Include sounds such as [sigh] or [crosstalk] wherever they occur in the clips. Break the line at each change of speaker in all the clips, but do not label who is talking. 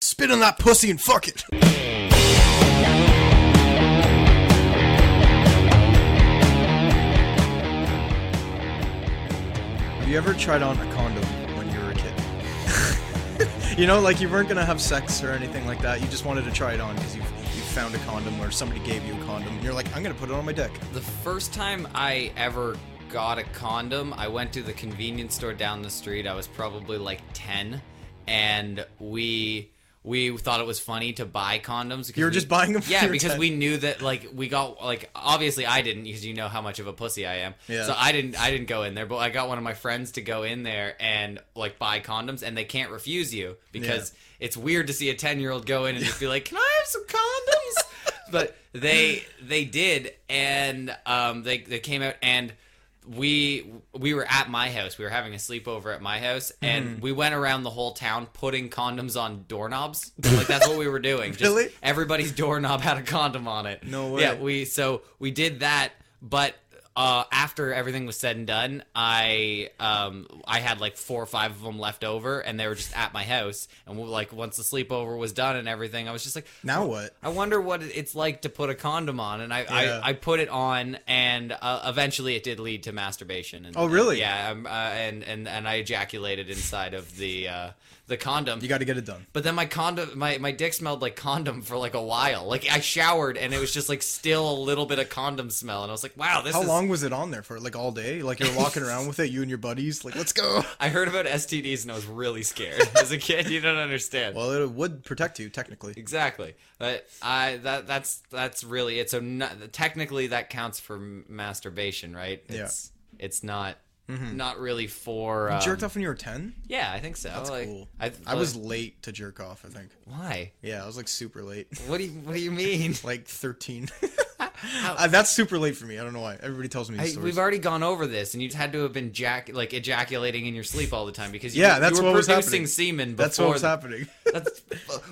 spit on that pussy and fuck it.
Have you ever tried on a condom when you were a kid? [laughs] you know, like you weren't gonna have sex or anything like that. You just wanted to try it on because you you found a condom or somebody gave you a condom. And you're like, I'm gonna put it on my dick.
The first time I ever got a condom, I went to the convenience store down the street. I was probably like 10 and we we thought it was funny to buy condoms. because
You were
we-
just buying them for
Yeah,
your
because
10.
we knew that like we got like obviously I didn't because you know how much of a pussy I am.
Yeah.
So I didn't I didn't go in there, but I got one of my friends to go in there and like buy condoms and they can't refuse you because it's weird to see a 10-year-old go in and just be like, "Can I have
[laughs]
some condoms?" but they they did and um they they came out and we we were at my house. We were having a sleepover at my house, and
Mm-hmm.
we went around the whole town putting condoms on doorknobs. Like that's what we
[laughs]
were doing. Just
Really?
everybody's doorknob had a condom on it.
No way.
Yeah, we so we did that, but uh, after everything was said and done, I um I had like four or five of them left over, and they were just at my house. And we, like once the sleepover was done and everything, I was just like,
Now what?
I wonder what it's like to put a condom on, and I
Yeah.
I, I put it on, and uh, eventually it did lead to masturbation. And,
Oh, really?
yeah, um, uh, and and and I ejaculated inside of the uh, the condom.
You got to get it done.
but then my condom, my, my dick smelled like condom for like a while. Like I showered and it was just like still a little bit of condom smell, and I was like, wow, this
How
is.
long was it on there for? Like all day? Like you're
[laughs]
walking around with it, you and your buddies. Like, let's go.
I heard about STDs and I was really scared [laughs] as a kid. You don't understand.
Well, it would protect you technically.
Exactly, but I that that's that's really it. So not, technically, that counts for m- masturbation, right?
Yeah.
It's, It's not not really for um,
Jerked off when you were ten?
Yeah, I think so. That's
cool.
I,
I was late to jerk off. I think.
why?
Yeah, I was like super late. [laughs]
What do you What do you mean?
like [laughs] 13. Uh, that's super late for me. I don't know why. Everybody tells me
I,
these stories.
we've already gone over this, and you had to have been jack like ejaculating in your sleep all the time because you,
Yeah,
you
that's
were
what was
producing
happening.
semen. Before
that's what was
the-
happening. [laughs]
That's,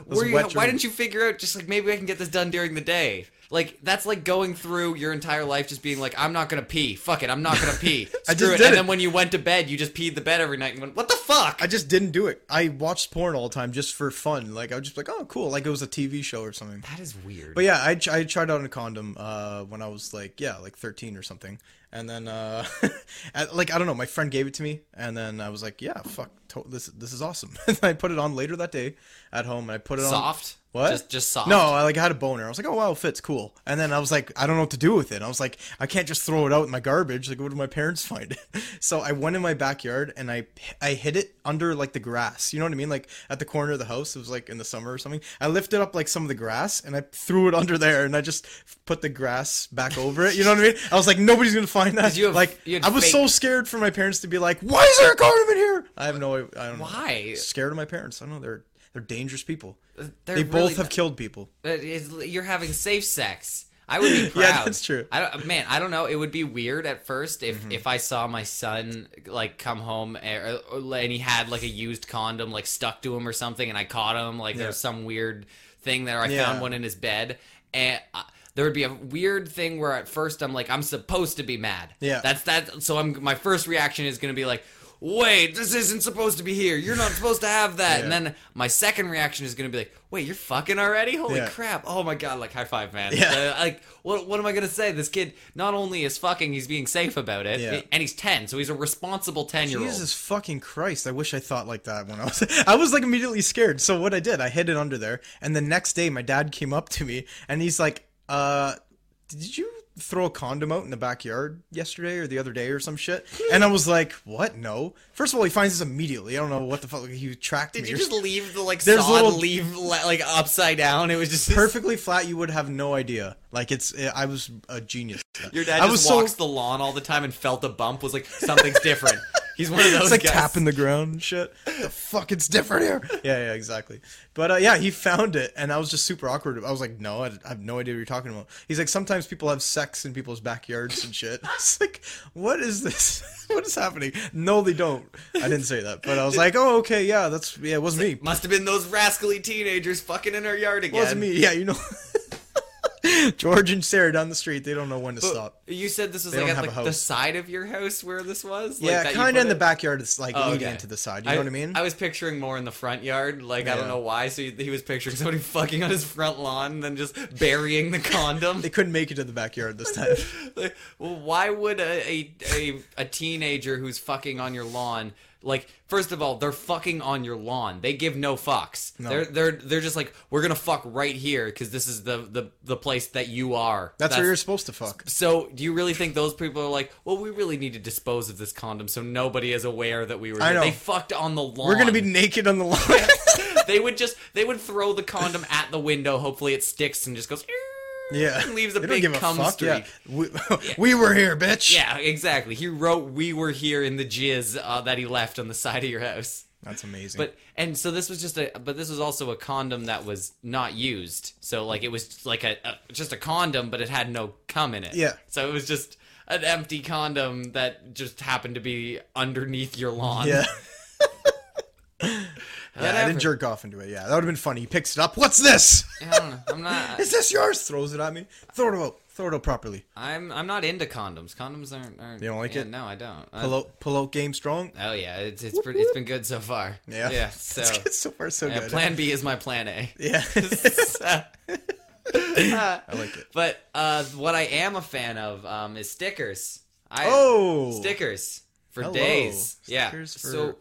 were you,
wet
why
dream.
didn't you figure out just like maybe I can get this done during the day? Like that's like going through your entire life just being like I'm not gonna pee. Fuck it, I'm not gonna pee. Screw
[laughs] I just
it.
did
and
it.
then when you went to bed, you just peed the bed every night and went, "What the fuck?"
I just didn't do it. I watched porn all the time just for fun. Like, I was just like, oh, cool. Like, it was a TV show or something.
that is weird.
But yeah, I, tr- I tried on a condom uh, when I was like, yeah, like 13 or something. And then, uh, [laughs] at- like, I don't know, my friend gave it to me. And then I was like, yeah, fuck, to- this, this is awesome. [laughs] and I put it on later that day at home and I put it on.
soft.
um, What?
Just just soft.
No, I like had a boner. I was like, oh wow, it fits cool. And then I was like, I don't know what to do with it. I was like, I can't just throw it out in my garbage. Like, what do my parents find [laughs] it? So I went in my backyard and I I hid it under like the grass. You know what I mean? Like at the corner of the house. It was like in the summer or something. I lifted up like some of the grass and I threw it [laughs] under there and I just put the grass back over it. You know what I mean? I was like, nobody's gonna find that.
you have-
like
you had
I was
fake-
so scared for my parents to be like, why is there a condom in here? I have no. I don't know.
Why?
Scared of my parents. I don't know. They're they're dangerous people.
They're
they
really
both have
not-
killed people.
But it's- you're having safe sex. I would be
[laughs]
proud.
Yeah, that's true. Mm-hmm.
I don't, man, I don't know. It would be weird at first if if I saw my son like come home and, and he had like a used condom like stuck to him or something, and I caught him like
Yeah.
there's some weird thing there. I
Yeah.
found one in his bed, and uh there would be a weird thing where at first I'm like I'm supposed to be mad.
Yeah.
that's that. So I'm my first reaction is gonna be like. Wait, this isn't supposed to be here. You're not supposed to have that. And
Yeah.
then my second reaction is going to be like, "Wait, you're fucking already? Holy
Yeah.
crap! Oh my god! Like high five, man!
Yeah.
Uh, like what? What am I gonna say? This kid not only is fucking, he's being safe about it,
Yeah.
and he's ten, so he's a responsible ten year old.
Jesus fucking Christ! I wish I thought like that when I was. [laughs] I was like immediately scared. So what I did, I hid it under there, and the next day my dad came up to me and he's like, "Uh, did you throw a condom out in the backyard yesterday or the other day or some shit?"
Hmm.
and I was like, "What? No." First of all, he finds this immediately. I don't know what the fuck like, he tracked
Did
me.
you
or
just leave the like
There's
sod
little-
leave le- like upside down? It was just
perfectly flat. You would have no idea. Like it's, I was a genius.
Your dad
I
just
was so-
walks the lawn all the time and felt a bump. Was like something's
[laughs]
different. He's one of those
it's like
guys.
tapping the ground and [laughs] shit. The fuck, it's different here. [laughs] Yeah, yeah, exactly. But uh, yeah, he found it, and I was just super awkward. I was like, no, I, I have no idea what you're talking about. He's like, sometimes people have sex in people's backyards and shit. [laughs] I was like, what is this? [laughs] what is happening? No, they don't. I didn't say that, but I was like, oh, okay, yeah, that's yeah, it [laughs] wasn't me.
Must have been those rascally teenagers fucking in our yard
It
again.
wasn't me. Yeah, you know. [laughs] George and Sarah down the street, they don't know when to stop.
You said this was
They
like
don't
at
have
like
a
the
house.
side of your house where this was. Like,
Yeah,
that you
kind
put
of in the
it?
backyard. It's like
Oh,
leading
okay.
to the side. You know what I mean?
I was picturing more in the front yard. Like I don't
Yeah.
know why. So he, he was picturing somebody [laughs] fucking on his front lawn, then just burying the condom.
they couldn't make it to the backyard this
[laughs]
time.
like, well, why would a, a a a teenager who's fucking on your lawn like? First of all, they're fucking on your lawn. They give no fucks.
No.
They're they're they're just like we're gonna fuck right here because this is the the the place that you are.
That's, where you're supposed to fuck.
So, do you really think those people are like, well, we really need to dispose of this condom so nobody is aware that we were?
I
here."
know.
They fucked on the lawn.
We're gonna be naked on the lawn.
[laughs] they would just they would throw the condom at the window. Hopefully, it sticks and just goes.
[laughs]
"Ear,"
yeah,
and [laughs] leaves a
They don't
big
give a
cum
fuck,
streak.
Yeah. We, [laughs] we were here, bitch.
[laughs] Yeah, exactly. He wrote, "We were here" in the jizz uh, that he left on the side of your house.
that's amazing.
But and so this was just a, but this was also a condom that was not used. So like it was like a, a just a condom, but it had no cum in it.
Yeah.
So it was just an empty condom that just happened to be underneath your [laughs]
[laughs]
lawn.
yeah, yeah, I
Whatever.
didn't jerk off into it. Yeah, that would have been funny. He picks it up. What's this?
I don't know. I'm not.
Is this yours? Throws it at me. Throw it out. Throw it out properly.
I'm. I'm not into condoms. Condoms aren't. aren't
You don't like
yeah,
it?
No, I don't. I-
Pull out, pull out game strong.
oh yeah, it's it's pretty, it's been good so far.
Yeah. [laughs]
Yeah. So
It's good so far so
yeah,
good.
plan B is my plan A.
[laughs] yeah. [laughs]
I
like it.
[laughs] But uh, what I am a fan of um, is stickers. I,
Oh.
stickers for
Hello.
days. Yeah.
Stickers for-
So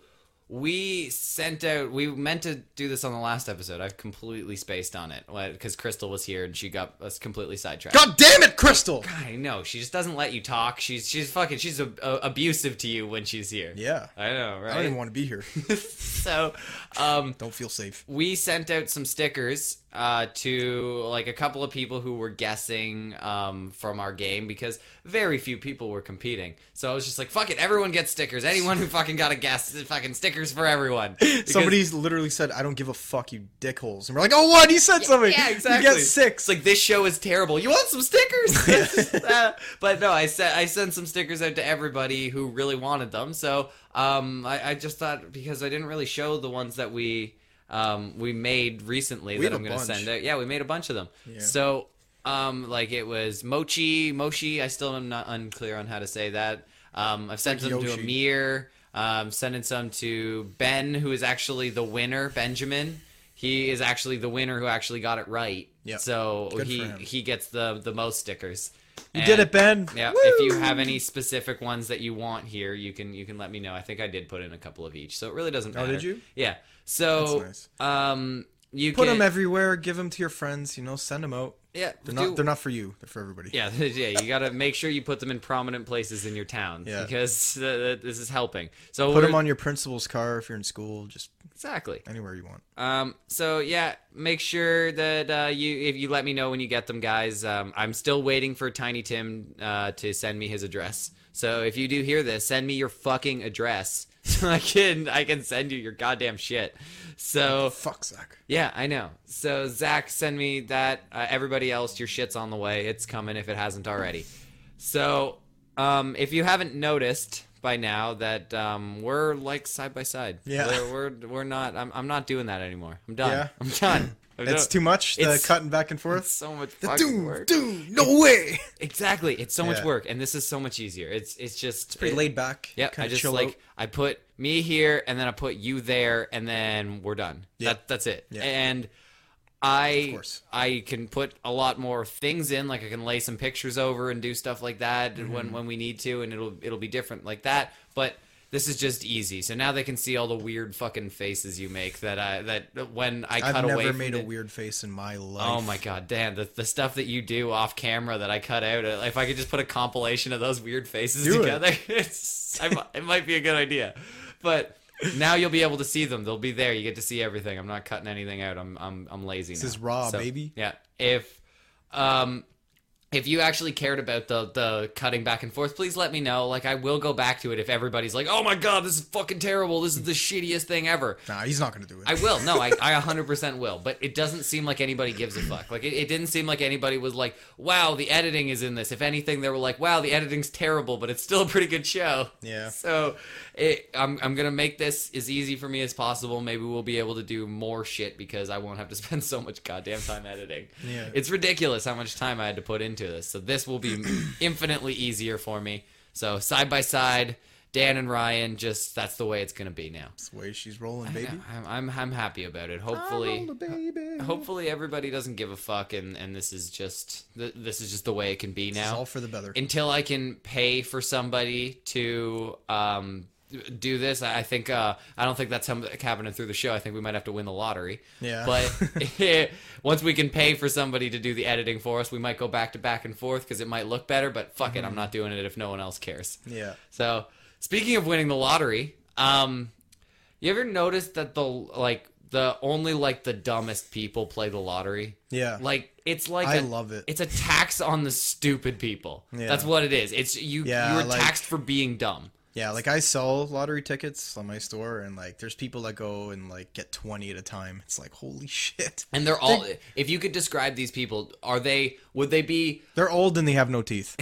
we sent out. We meant to do this on the last episode. I've completely spaced on it because Crystal was here and she got us completely sidetracked.
God damn it, Crystal.
I know she just doesn't let you talk. She's she's fucking she's a, a, abusive to you when she's here.
Yeah.
I know,
I don't
right?
even want to be here. [laughs]
so, um,
Don't feel safe.
we sent out some stickers uh, to like a couple of people who were guessing um, from our game because very few people were competing. So I was just like, "Fuck it, everyone gets stickers. Anyone who fucking got a guess, fucking stickers for everyone." [laughs] Because-
Somebody's literally said, "I don't give a fuck, you dickholes," and we're like, "Oh, what? He said something."
Yeah, exactly.
You get six.
It's like this show is terrible. You want
[laughs]
some stickers? Uh, but no, I sent I sent some stickers out to everybody who really wanted them. So um, I, I just thought because I didn't really show the ones that we um, we made recently
We
that
have
I'm
a
going to
bunch.
send out. Yeah, we made a bunch of them.
Yeah.
So um, like it was mochi, mochi. I still am not unclear on how to say that. Um, I've sent
Like
them to
Yoshi.
Amir. Um, sending some to Ben, who is actually the winner. Benjamin, he is actually the winner who actually got it right.
Yep.
So
Good for
he
him.
he gets the the most stickers.
you did it, Ben.
Yeah.
Woo!
If you have any specific ones that you want here, you can you can let me know. I think I did put in a couple of each, so it really doesn't
Oh,
matter.
did you?
Yeah. So
That's
um, you
put
can,
them everywhere. Give them to your friends. You know, send them out.
Yeah.
They're
do-
not. They're not for you. They're for everybody.
yeah, [laughs] yeah, you gotta make sure you put them in prominent places in your town
Yeah.
because [laughs] uh, this is helping. So
Put
we're-
them on your principal's car if you're in school. Just
exactly.
anywhere you want.
Um, so yeah, make sure that uh, you if you let me know when you get them, guys. Um, I'm still waiting for Tiny Tim uh, to send me his address. So if you do hear this, send me your fucking address [laughs] so I can I can send you your goddamn shit. So
Fuck Zach.
yeah, I know. So Zach, send me that. Uh, everybody else, your shit's on the way. It's coming if it hasn't already. So um, if you haven't noticed by now that um, we're like side by side.
Yeah.
We're we're, we're not. I'm, I'm not doing that anymore. I'm done.
Yeah.
I'm done. I'm
It's
done.
too much. The
It's-
cutting back and
It's
forth.
so much
The
fucking
doom,
work.
doom. No way.
Exactly. It's so much
Yeah.
work, and this is so much easier. It's it's just
Pretty
it-
laid back.
Yeah,
Kinda
I just
chill
like
out.
I put me here and then I put you there and then we're done.
Yeah.
That that's it.
Yeah.
And I
course.
I can put a lot more things in like I can lay some pictures over and do stuff like that when
Mm-hmm.
when we need to and it'll it'll be different like that, but this is just easy. So now they can see all the weird fucking faces you make that I that when I cut
I've
away
never
from
made
the-
a weird face in my life.
Oh my god, Dan, the, the stuff that you do off camera that I cut out, uh, if I could just put a compilation of those weird faces
Do it.
together, [laughs] it's, I, mi- it might be a good idea. But now you'll be able to see them. They'll be there. You get to see everything. I'm not cutting anything out. I'm I'm I'm lazy. This
is raw, baby.
Yeah. If um if you actually cared about the the cutting back and forth, please let me know. Like I will go back to it if everybody's like, "Oh my god, this is fucking terrible. This is the shittiest thing ever."
Nah, he's not gonna do it.
I will. No, I, I 100% will. But it doesn't seem like anybody gives a fuck. Like, it, it didn't seem like anybody was like, wow, the editing is in this. If anything, they were like, wow, the editing's terrible, but it's still a pretty good show.
Yeah.
So it, I'm, I'm going to make this as easy for me as possible. Maybe we'll be able to do more shit because I won't have to [laughs] spend so much goddamn time editing.
Yeah.
It's ridiculous how much time I had to put into this. So this will be [clears throat] infinitely easier for me. So side by side, Dan and Ryan, just that's the way it's going to be now.
That's the way she's rolling, baby.
Yeah, I'm, I'm I'm happy about it.
I'm
Hopefully,
rolling, baby.
hopefully everybody doesn't give a fuck, and and this is just th- this is just the way it can be
It's
now.
all for the better.
Until I can pay for somebody to um do this, I I think uh I don't think that's hum- happening through the show. I think we might have to win the lottery.
Yeah. [laughs]
But [laughs] once we can pay for somebody to do the editing for us, we might go back to back and forth because it might look better. But fuck it,
Mm-hmm.
I'm not doing it if no one else cares.
yeah.
So, speaking of winning the lottery, um, you ever noticed that the like the only like the dumbest people play the lottery?
Yeah.
Like it's like
I
a-
love it.
It's a tax on the stupid people.
Yeah.
That's what it is. It's you.
Yeah,
you were
like-
taxed for being dumb.
Yeah, like I sell lottery tickets on my store, and like there's people that go and like get 20 at a time. It's like, holy shit.
And they're all. If you could describe these people, are they? Would they be?
They're old and they have no teeth.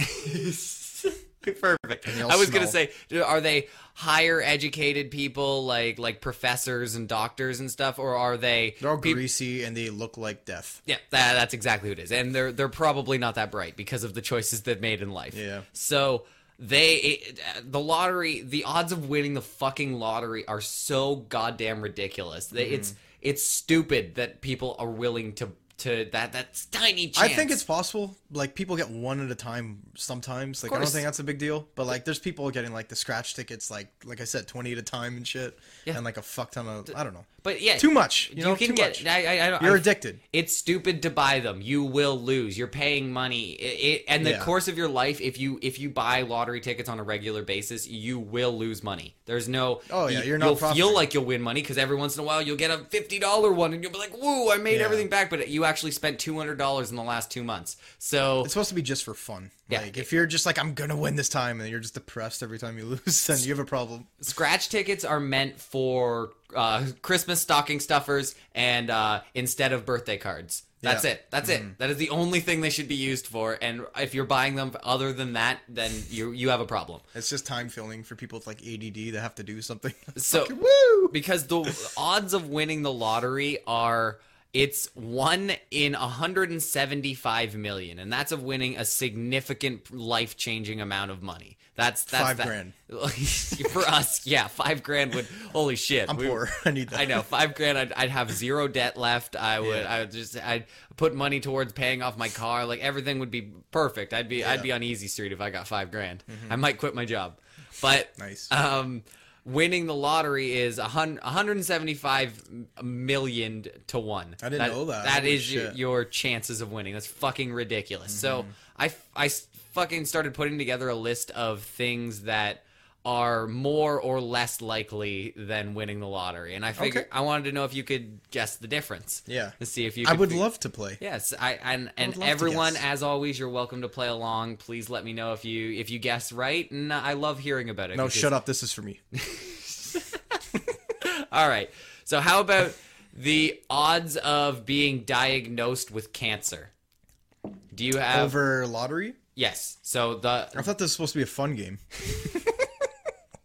[laughs] Perfect.
all
I was gonna
smell.
say, are they higher educated people, like like professors and doctors and stuff, or are they?
They're all
[laughs] peop-
greasy and they look like death.
Yeah, that, that's exactly who it is, and they're they're probably not that bright because of the choices they've made in life.
Yeah.
So they it, uh, the lottery, the odds of winning the fucking lottery are so goddamn ridiculous. They It's
Mm-hmm.
it's stupid that people are willing to to that that's tiny chance.
I think it's possible. Like people get one at a time sometimes. Like I don't
course.
think that's a big deal. But like there's people getting like the scratch tickets, like like I said, twenty at a time and shit,
Yeah.
and like a fuck ton of I don't know,
but yeah,
too much. You,
You,
know,
can
too
get.
much.
I, I, I don't.
You're
I-
addicted.
it's stupid to buy them you will lose you're paying money it, it, and the
Yeah.
course of your life if you if you buy lottery tickets on a regular basis you will lose money there's no
Oh, yeah,
you-
you're not
you'll
profiting.
feel like you'll win money because every once in a while you'll get a $50 one and you'll be like woo i made
Yeah.
everything back but you actually spent $200 in the last two months so
It's supposed to be just for fun.
Yeah.
Like if you're just like I'm gonna win this time, and you're just depressed every time you [laughs] lose, then you have a problem.
scratch tickets are meant for uh, Christmas stocking stuffers and uh, instead of birthday cards. That's
Yeah. Mm-hmm.
it. That's it. That is the only thing they should be used for. And if you're buying them other than that, then you you have a problem.
It's just time filling for people with like ADD that have to do something.
So
[laughs] Woo!
because the odds of winning the lottery are it's one in 175 million, and that's of winning a significant life changing amount of money. That's, that's
Five
that-
grand.
[laughs] for us. Yeah, five grand would holy shit.
I'm
we-
poor. [laughs] I need that.
I know five grand. I'd, I'd have zero debt left. I would.
Yeah.
I would just. I'd put money towards paying off my car. Like everything would be perfect. I'd be. I'd be on easy street if I got five grand. I might quit my job. But
Mm-hmm. Nice.
Um, winning the lottery is a hun- 175 million to one.
I didn't know that.
That
Holy
is your,
shit.
your chances of winning. That's fucking ridiculous.
Mm-hmm.
So I, f- I s- fucking started putting together a list of things that are more or less likely than winning the lottery, and I figured
Okay.
I wanted to know if you could guess the difference.
Yeah.
to see if you.
I
could
would
fig-
love to play.
Yes, I and
would
and
love to
everyone,
guess.
as always, you're welcome to play along. Please let me know if you if you guess right, and I love hearing about it.
No,
because-
shut up. This is for me.
All right. So how about the odds of being diagnosed with cancer? Do you have
Over lottery.
yes? So
I
[laughs] the
thought this was supposed to be a fun game.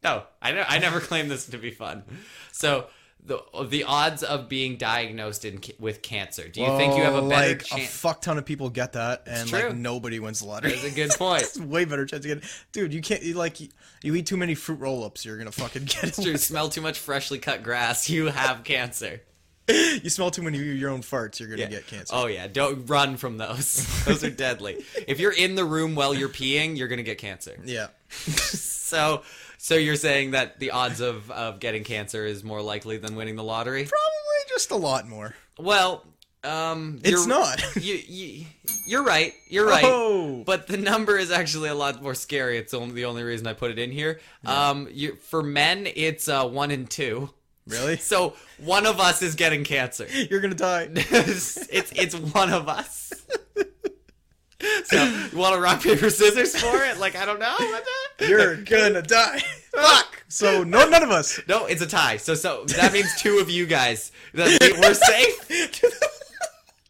no, Oh, I ne- I never claimed this to be fun. So the the odds of being diagnosed in, ca- with cancer. Do you think you have a
Oh,
better
like a
chance?
fuck ton of people get that, and
true.
like nobody wins the lottery.
That's a good
[laughs]
point.
It's way better chance to get. Dude, you can't you, like you, you eat too many fruit roll-ups, you're gonna fucking [laughs] get
True,
it.
smell too much freshly cut grass, you have cancer.
You smell too many of your own farts, you're gonna get cancer.
Oh yeah, don't run from those.
[laughs]
Those are deadly. if you're in the room while you're peeing, you're gonna get cancer.
Yeah,
So, so you're saying that the odds of of getting cancer is more likely than winning the lottery?
probably just a lot more.
Well, um,
It's
you're-
not. [laughs]
You, you, you're right. You're right.
Oh.
But the number is actually a lot more scary. It's only the only reason I put it in here. Um, you, for men, it's uh, one in two. [laughs]
Really?
So one of us is getting cancer. [laughs]
You're gonna die. [laughs]
it's it's one of us. So, you want a rock paper scissors for it? Like I don't know. What
[laughs]
the-
You're gonna die.
Fuck.
So no, none of us.
No, it's a tie. So so that means two of you guys. That we- we're safe.
[laughs]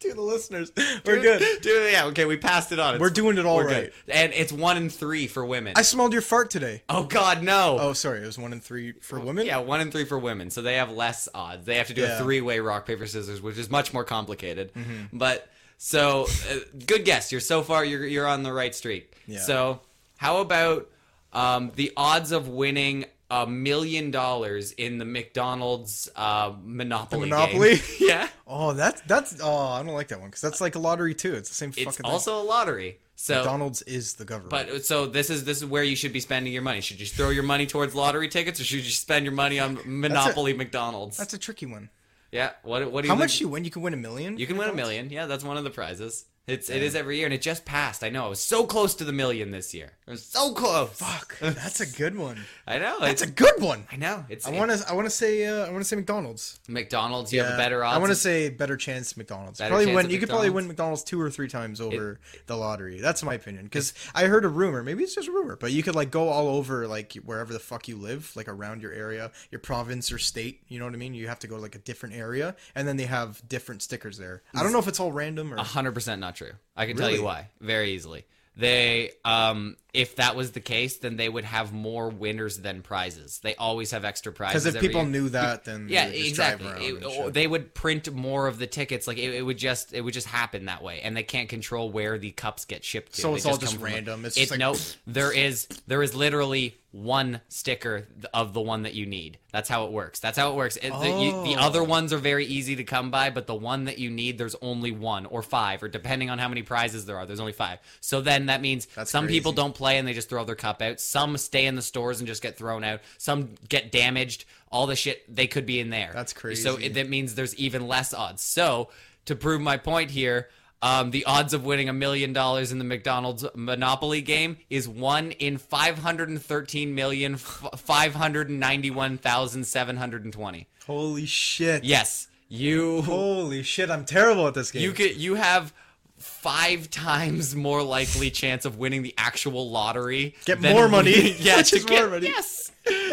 to the listeners, we're good.
[laughs] Dude, yeah. Okay, we passed it on. It's-
We're doing it all
we're
right.
good. And it's one in three for women.
I smelled your fart today.
oh God, no.
Oh, sorry, it was one in three for women.
Oh, Yeah, one in three for women, so they have less odds. They have to do
Yeah. Mm-hmm.
a three-way rock paper scissors, which is much more complicated. But so, uh, good guess. You're so far you're you're on the right streak.
Yeah.
So, how about um, the odds of winning a million dollars in the McDonald's uh, Monopoly? game? [laughs]
Monopoly?
yeah,
Oh, that's that's. Oh, I don't like that one because that's like a lottery too. It's the same
it's
fucking
also a lottery. So.
thing. Donald's is the government.
but so this is this is where you should be spending your money. Should you throw your money towards lottery tickets, or should you spend your money on Monopoly McDonald's?
that's a tricky one.
yeah. What what do you
How
think-
much you win? You can win a million.
You can win a million. Yeah, that's one of the prizes. It's it is every year, and it just passed. I know. I was so close to the million this year. I was so close.
Fuck, that's a good
[laughs]
one.
I know.
That's
It's,
a good one.
I know. It's
I want to. I want to say. Uh, I want to say McDonald's.
McDonald's. You have a better odds.
I want to
of-
say better chance McDonald's.
Better
probably
chance
win.
at
You could probably
McDonald's.
win McDonald's two or three times over the lottery. That's my opinion. Because I heard a rumor. Maybe it's just a rumor, but you could like go all over like wherever the fuck you live, like around your area, your province or state. You know what I mean? You have to go to like a different area, and then they have different stickers there. I don't know if it's all random or.
hundred percent not true. I can tell
Really?
you why very easily. They, um, if that was the case, then they would have more winners than prizes. They always have extra prizes.
Because if
every
people
year.
knew that, then they
yeah,
would just
exactly.
Drive around
It-
and
or
shit.
they would print more of the tickets. Like it, it would just, it would just happen that way, and they can't control where the cups get shipped to.
So
They
it's all just
come from a-
random. It's
it,
just like,
no, there is there is literally one sticker th- of the one that you need. That's how it works. That's how it works. It- the, you- the
Oh.
other ones are very easy to come by, but the one that you need, there's only one or five, or depending on how many prizes there are, there's only five. So then that means
That's
some people
crazy.
don't play and they just throw their cup out. Some stay in the stores and just get thrown out. Some get damaged. All the shit they could be in there.
That's
So
crazy.
it, that means there's even less odds. So to prove my point here, um, the odds of winning a million dollars in the McDonald's Monopoly game is one in five hundred and thirteen million five hundred and ninety-one thousand seven hundred and twenty.
holy shit.
Yes, you
Holy shit! I'm terrible at this game.
you could you have five times more likely chance of winning the actual lottery.
Get
than-
more money,
[laughs]
[laughs]
yeah,
which
to
is more
get-
money.
Yes,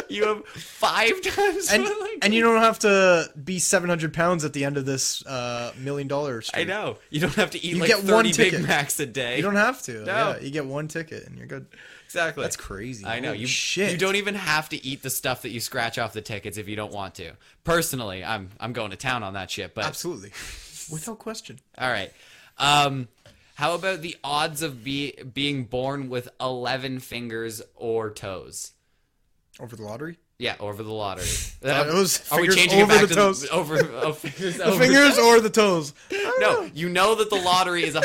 you have five [laughs]
[laughs]
times
and,
more likely.
and you don't have to be 700 pounds at the end of this uh, million dollar
I
streak.
know. You don't have to eat
You
like
get one
30
ticket.
Big Macs a day.
You don't have to.
No.
Yeah, you get one ticket and you're good.
exactly.
That's crazy.
I know.
Holy
You
shit.
you don't even have to eat the stuff that you scratch off the tickets if you don't want to. Personally, I'm I'm going to town on that shit, but
absolutely, without question.
all right. Um how about the odds of be, being born with 11 fingers or toes?
Over the lottery,
Yeah, over the
[laughs]
lottery.
it was
Are we
fingers
changing
over
it back
the
to
toes.
The, [laughs] over, oh, fingers,
the
over
fingers or the
[laughs]
toes.
No, you know that the lottery is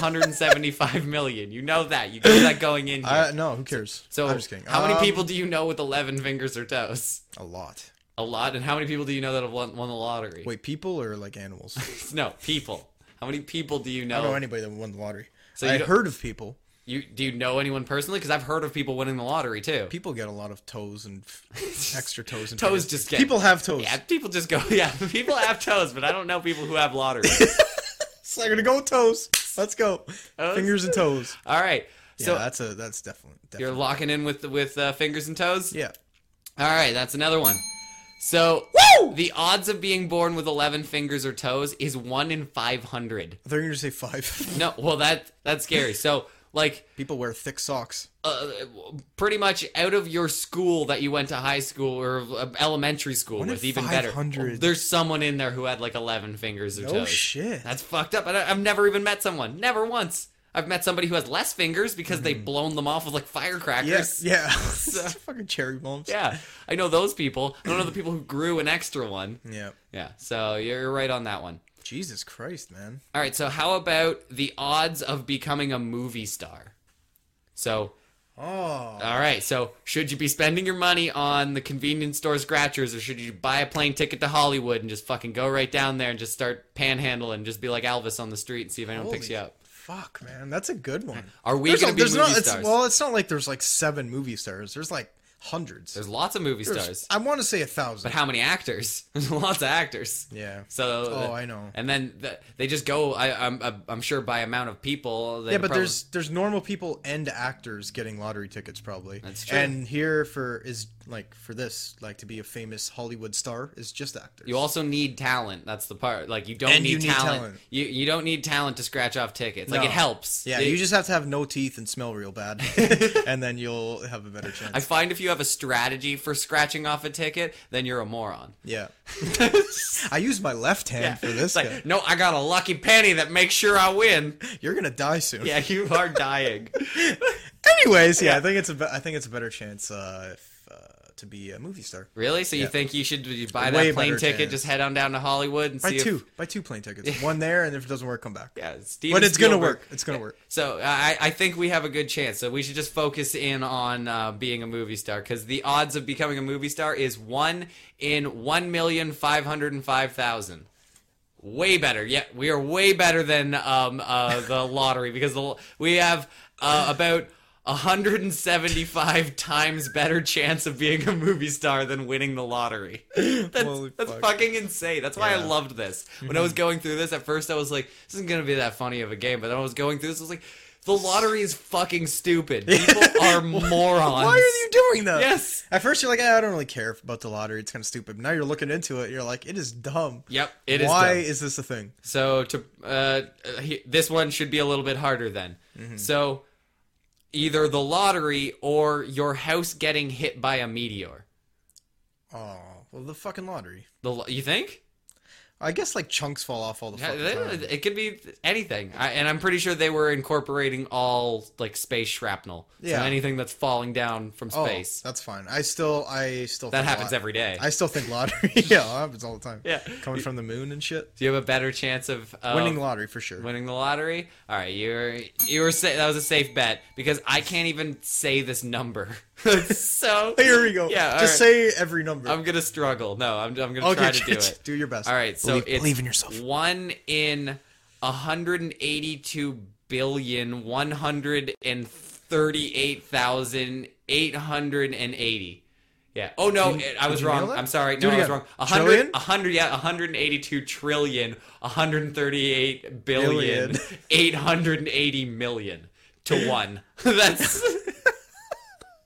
175 million. You know that. You get
[laughs]
that going in here.
Uh, no, who cares?
So,
I'm just kidding.
how many
Um,
people do you know with 11 fingers or toes?
A lot.
A lot. And how many people do you know that have won, won the lottery?
Wait, people or like animals?
[laughs] No, people. How many people do you know?
I don't know anybody that won the lottery.
Oh. So you
I
don't-
heard of people.
you do you know anyone personally? Because I've heard of people winning the lottery too.
People get a lot of toes and
[laughs]
f- extra toes and
Toes
fingers.
just get-
people have toes.
Yeah, people just go. [laughs] Yeah, people have toes, but I don't know people who
[laughs]
have lottery.
So I'm gonna go with toes. Let's go. Fingers and toes.
All right,
So
so
that's a that's definitely.
you're
definitely
locking in with with uh, fingers and toes.
yeah.
All right, that's another one. So the odds of being born with 11 fingers or toes is one in 500.
They're gonna say five. [laughs]
No, well that that's scary. So like.
People wear thick socks.
uh, pretty much out of your school that you went to high school or uh, elementary school
One in
with even better
500.
there's someone in there who had like 11 fingers or
No
toes
Oh, shit.
that's fucked up I, don't- i've never even met someone never once i've met somebody who has less fingers because
Mm-hmm.
they've blown them off with like [laughs] firecrackers
Yeah. [laughs] yeah. Fucking cherry bombs.
yeah i know those people i don't know the people who grew an extra one
Yeah.
yeah so you're right on that one
Jesus Christ, man.
all right so how about the odds of becoming a movie star so
Oh.
All right, so should you be spending your money on the convenience store scratchers, or should you buy a plane ticket to Hollywood and just fucking go right down there and just start panhandling, and just be like Elvis on the street and see if anyone
Holy
picks you up? Hmm.
Fuck, man. That's a good one.
Are we
There's
gonna
a-
be
there's
movie
not, it's-
stars?
well, it's not like there's like seven movie stars. There's like Hundreds.
There's lots of movie
There's-
stars,
I want to say a thousand.
but how many actors? [laughs] There's lots of actors.
yeah.
So
Oh,
the-
I know.
And then the, they just go. I, I'm I'm- I'm sure by amount of people. They
Yeah, but
probably-
there's there's normal people and actors getting lottery tickets probably.
That's true.
And here for is like for this like to be a famous Hollywood star is just actors.
You also need talent. That's the part. Like you don't
And
need,
you need
talent.
talent.
You you don't need talent to scratch off tickets. Like
No.
it helps.
yeah,
It-
you just have to have no teeth and smell real
[laughs]
bad, [laughs] and then you'll have a better chance.
I find if you have a strategy for scratching off a ticket, then you're a moron. [laughs]
yeah, I use my left hand for
It's
this.
like,
guy.
no, I got a lucky penny that makes sure I
[laughs]
win.
You're gonna die soon.
Yeah, you are dying.
Anyways, yeah, I think it's a be- I think it's a better chance uh, if, uh, to be a movie star.
really? So you
Yeah.
think you should you buy
Way
that plane
better
ticket,
chance.
just head on down to Hollywood and
Buy
see if-
two, buy two plane
[laughs]
tickets. One there, and if it doesn't work, come back.
yeah, Steven
but it's gonna
Spielberg.
work. It's gonna work.
So I, I think we have a good chance. So we should just focus in on uh, being a movie star because the odds of becoming a movie star is one in one million five hundred and five thousand. Way better. Yeah, we are way better than um, uh, the [laughs] lottery because the, we have uh, about. 175 times better chance of being a movie star than winning the lottery. [laughs] That's,
Holy
that's
fuck.
fucking insane. That's why I
Yeah. Mm-hmm.
loved this. When I was going through this, at first I was like, this isn't going to be that funny of a game. But then I was going through this, I was like, the lottery is
[laughs]
fucking stupid. People are morons.
Why are you doing that?
Yes.
At first, you're like, "Ah, I don't really care about the lottery. It's kind of stupid. But now you're looking into it. You're like, it is dumb.
Yep, it is.
Why
dumb.
is this a thing?
So to uh, uh, he- this one should be a little bit harder then.
Mm-hmm.
So either the lottery or your house getting hit by a meteor.
Oh, well, the fucking lottery.
The lo- you think?
I guess like chunks fall off all the
Yeah,
fucking
they-
time.
It could be anything, I, and I'm pretty sure they were incorporating all like space shrapnel.
Yeah.
so anything that's falling down from
Oh,
space
that's fine. I still, I still.
that
think
happens
lot-
every day.
I still think lottery. [laughs] yeah, it happens all the time.
Yeah.
coming from the moon and shit.
Do you have a better chance of uh,
Winning lottery for sure.
winning the lottery? All right, you're you were sa- that was a safe bet because I can't even say this number. [laughs] so
Here we go.
Yeah, all
just
right.
say every number.
I'm gonna struggle. No, I'm I'm gonna
okay,
try to do it.
do your best.
All right, so
Believe-
it's
believe in yourself.
One in 182 billion 138,880. Yeah. Oh no, it- I was
you nail
wrong.
it?
I'm sorry.
Do
No,
it
I was
again.
wrong. 100
Trillion?
100 yeah, 182 trillion 138 billion
Billion.
[laughs] 880 million to 1. [laughs]
[laughs]
That's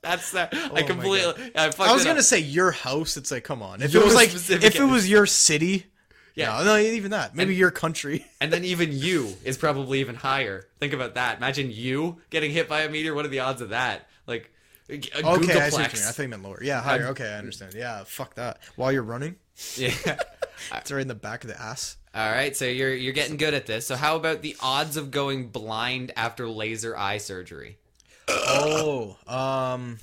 That's that. I
Oh my
completely I, fucked
I was
it
gonna
up.
say your house. It's like, come on. If
Your
it was like,
specific
if it
house. [laughs]
was your city,
Yeah.
yeah, no, even that. Maybe
And-
your country. [laughs]
And then even you is probably even higher. Think about that. Imagine you getting hit by a meteor. What are the odds of that? Like a okay,
Okay, I, see what you mean. I
Googleplex.
think I meant lower. Yeah, higher. okay, I understand. Yeah, fuck that. While you're running,
[laughs] yeah.
it's right in the back of the ass.
All right, so you're you're getting good at this. So how about the odds of going blind after laser eye surgery?
Oh, um,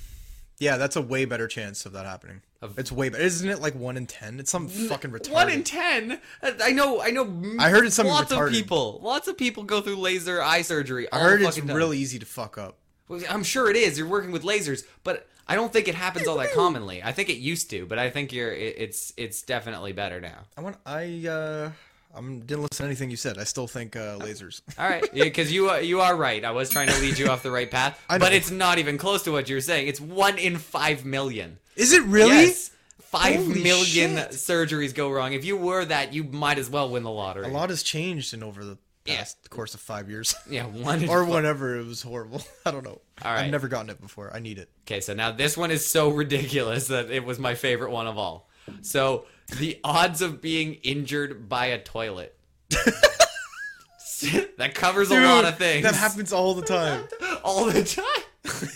yeah, that's a way better chance of that happening. It's way better, isn't it? Like one in ten. It's some fucking retarded.
One in ten. Uh, I know. I know.
I heard it's something
Lots of
retarded.
people. Lots of people go through laser eye surgery.
I
all the
heard it's
fucking time.
really easy to fuck up.
Well, I'm sure it is. You're working with lasers, but I don't think it happens all that commonly. I think it used to, but I think you're. It, it's it's definitely better now.
I want. I uh, I'm didn't listen to anything you said. I still think uh, lasers. [laughs]
All right, because you are, you are right. I was trying to lead you off the right path,
I
but
know.
it's not even close to what you're saying. It's one in five million.
Is it really?
Yes, five
Holy
million
shit.
surgeries go wrong. If you were that, you might as well win the lottery.
A lot has changed in over the
Yeah.
past course of five
[laughs]
years, [laughs]
yeah, one. in-
or whenever it was horrible. [laughs] I don't know.
All right.
I've never gotten it before. I need it.
okay, so now this one is so ridiculous that it was my favorite one of all. So the odds of being injured by a
[laughs]
toilet. that covers a lot of things.
That happens all the time.
[laughs] all the time.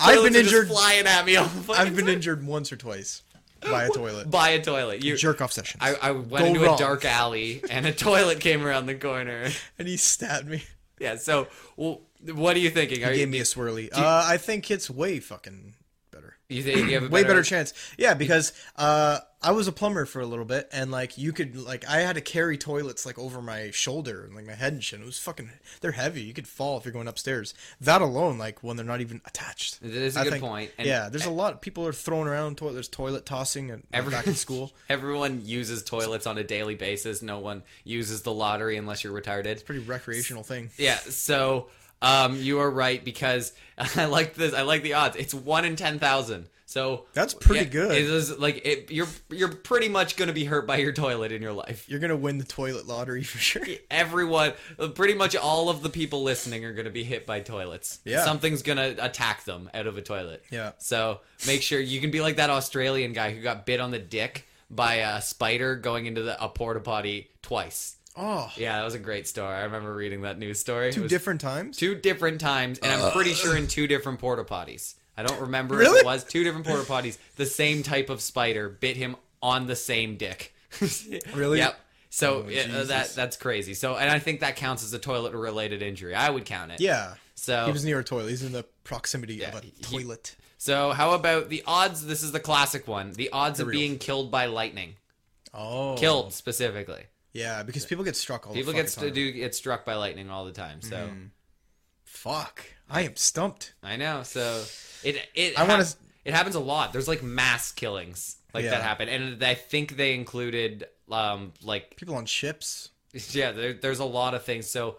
I've
Toilets
been
are just
injured-
flying at me all the fucking
I've been
time.
injured once or twice by a toilet.
by a toilet. You,
Jerk off sessions.
I, I went
Go
into a
wrong.
dark alley and a [laughs] toilet came around the corner.
and he stabbed me.
Yeah. So, well, what are you thinking? Are
He
you,
gave me a swirly. Uh, I think it's way fucking better.
you think you have a
[clears throat] Way better
chance?
chance. Yeah, because uh, I was a plumber for a little bit, and like you could like I had to carry toilets like over my shoulder and like my head and shit. It was fucking. They're heavy. You could fall if you're going upstairs. That alone, like when they're not even attached.
That is a
I
good point, and-
yeah, there's a lot. People are throwing around toilet. There's toilet tossing and like, back in school.
[laughs] Everyone uses toilets on a daily basis. No one uses the lottery unless you're retarded. [laughs]
Pretty recreational thing.
Yeah. So, Um, you are right because [laughs] I like this. I like the odds. It's one in ten thousand. So
That's pretty good.
It is like it, you're you're pretty much gonna be hurt by your toilet in your life.
You're gonna win the toilet lottery for sure.
Everyone, uh, pretty much all of the people listening are gonna be hit by toilets.
Yeah.
something's gonna attack them out of a toilet.
Yeah.
So make sure you can be like that Australian guy who got bit on the dick by a spider going into the, a porta potty twice.
Oh,
Yeah, that was a great story. I remember reading that news story. It
two
was
different times.
two different times, and I'm pretty sure in two different porta potties. I don't remember if
Uh. Really?
it was two different porta potties. The same type of spider bit him on the same dick. [laughs]
Really?
Yep. So
Oh,
yeah, uh, that
Jesus.
that's crazy. So, and I think that counts as a toilet related injury. I would count it.
Yeah,
So
he was near a toilet. He's in the proximity
Yeah,
of a
he-
toilet.
so how about the odds? This is the classic one. The odds of
real.
being killed by lightning.
Oh,
Killed specifically.
Yeah, because people get struck all
People
the
get
fucking
st-
time.
do get struck by lightning all the time. So
Mm-hmm. Fuck, I am stumped.
I know. So it it
I
I
wanna
want
s-
it happens a lot. There's like mass killings like
Yeah.
that happen, and I think they included um like [laughs]
People on ships.
yeah, there, there's a lot of things. So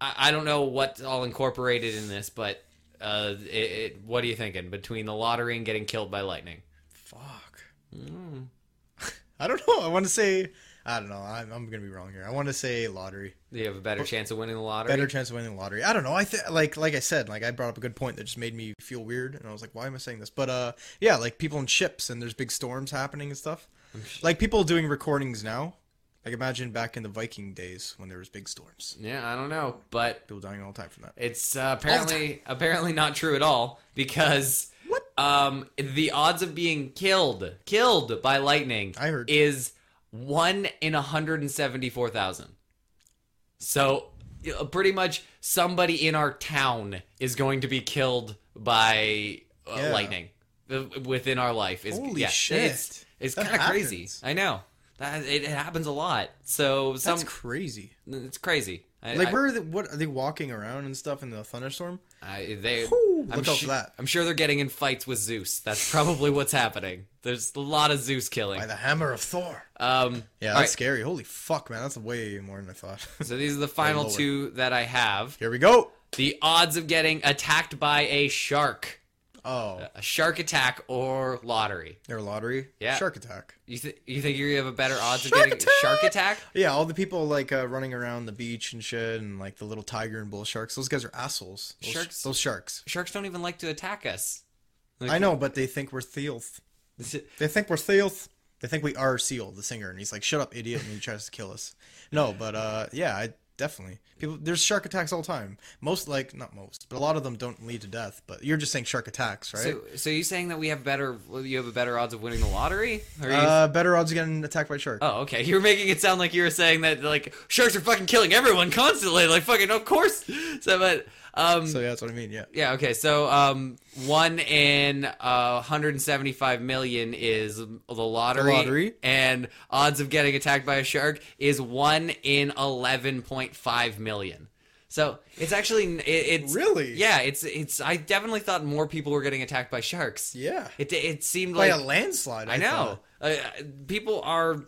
I, I don't know what's all incorporated in this, but uh, it, it, what are you thinking between the lottery and getting killed by lightning?
Fuck. [laughs] I don't know. I want to say. I don't know. I'm, I'm gonna be wrong here. I want to say lottery.
Do you have a better chance of winning the lottery?
Better chance of winning the lottery. I don't know. I think like like I said, like I brought up a good point that just made me feel weird, and I was like, why am I saying this? But uh, yeah, like people in ships and there's big storms happening and stuff. Like people doing recordings now. Like imagine back in the Viking days when there was big storms.
Yeah, I don't know, but
People dying all the time from that.
It's uh, apparently apparently not true at all because
What?
um the odds of being killed killed by lightning
I heard.
is one in hundred and seventy four thousand. So you know, pretty much somebody in our town is going to be killed by uh,
Yeah.
lightning uh, within our life. Is
Holy
yeah,
shit.
It's, it's
That
kind of crazy.
happens.
I know. That, it, it happens a lot. So some
That's crazy.
it's crazy. um, I-
Like
I-
where are they, what are they walking around and stuff in the thunderstorm?
I, they,
Whew,
I'm,
look out
su-
for that.
I'm sure they're getting in fights with Zeus. That's probably what's happening. There's a lot of Zeus killing.
By the hammer of Thor.
Um,
Yeah,
all
that's
right,
scary. Holy fuck, man. That's way more than I thought. [laughs]
so these are the final
lower.
two that I have.
Here we go.
The odds of getting attacked by a shark,
Oh,
a shark attack, or lottery.
their lottery.
Yeah.
Shark attack.
You, th- you think you have a better odds
Shark
of getting a shark attack?
Yeah, all the people like uh, running around the beach and shit, and like the little tiger and bull sharks. Those guys are assholes. Those
Sharks-
Those sharks.
Sharks don't even like to attack us.
I know, but they think we're seals. They think we're seals. They think we are seal, the singer, and he's like, "Shut up, idiot!" and he tries to kill us. No, but uh, yeah, I definitely people. There's shark attacks all the time. Most like not most, but a lot of them don't lead to death. But you're just saying shark attacks, right?
So, so you saying that we have better? You have a better odds of winning the lottery? Or Are you
uh, better odds of getting attacked by shark.
Oh, okay. [laughs] You were making it sound like you were saying that like sharks are fucking killing everyone constantly. Like fucking, of course. [laughs] So, but um,
So yeah, that's what I mean. Yeah.
yeah, okay. So um, one in uh, 175 million is the lottery,
lottery.
and odds of getting attacked by a shark is one in 11.5 million. So it's actually it, it's
Really?
yeah. It's it's. I definitely thought more people were getting attacked by sharks.
Yeah.
It it seemed
by
like
a landslide. I,
I know.
thought.
Uh, people are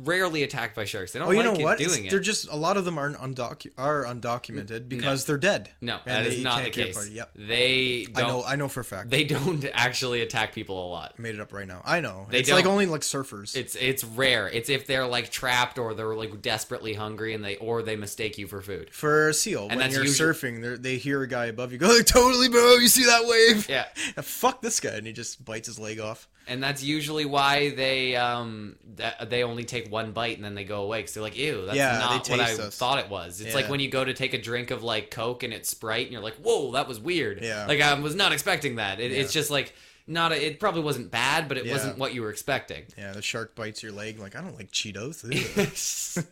rarely attacked by sharks. They don't
Oh, you
like
know
it
what? It's-
doing
They're
it. Mm,
just a lot of them are undocu- are undocumented because they're dead.
No,
And
that is
they
not the
can't care
case.
for it. Yep.
They
I
don't.
know. I know for a fact.
They don't [laughs] actually attack people a lot.
made it up right now. I know.
They
it's like
don't.
only like surfers.
It's it's rare. It's if they're like trapped or they're like desperately hungry and they or they mistake you for food.
for a seal, when
that's
you're
usually-
surfing, they're- they hear a guy above you go, like, "Totally, bro! You see that wave?
Yeah.
[laughs] Fuck this guy!" And he just bites his leg off.
and that's usually why they um that they only take one bite and then they go away because they're like ew that's
Yeah,
not
they
what I
taste us.
thought it was. It's like
Yeah.
when you go to take a drink of like Coke and it's Sprite and you're like whoa that was weird.
Yeah.
like I was not expecting that. It, It's
Yeah.
just like not a, it probably wasn't bad but it
Yeah.
wasn't what you were
[laughs]
expecting. [laughs]
Yeah, the shark bites your leg. Like I don't like Cheetos.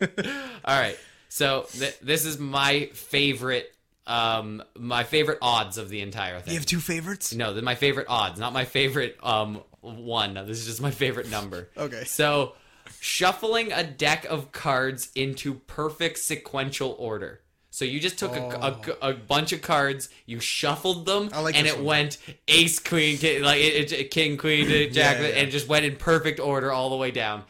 Ugh.
All right, so th- this is my favorite um my favorite odds of the entire thing.
you have two favorites.
No, they're my favorite odds, not my favorite um one. This is just my favorite number.
[laughs] Okay.
So, shuffling a deck of cards into perfect sequential order. So you just took a, a, a bunch of cards, you shuffled them,
Oh. I like
and
this
it
one.
went ace queen king, like it, it-
[laughs]
king queen to jack,
yeah, yeah.
and it just went in perfect order all the way down.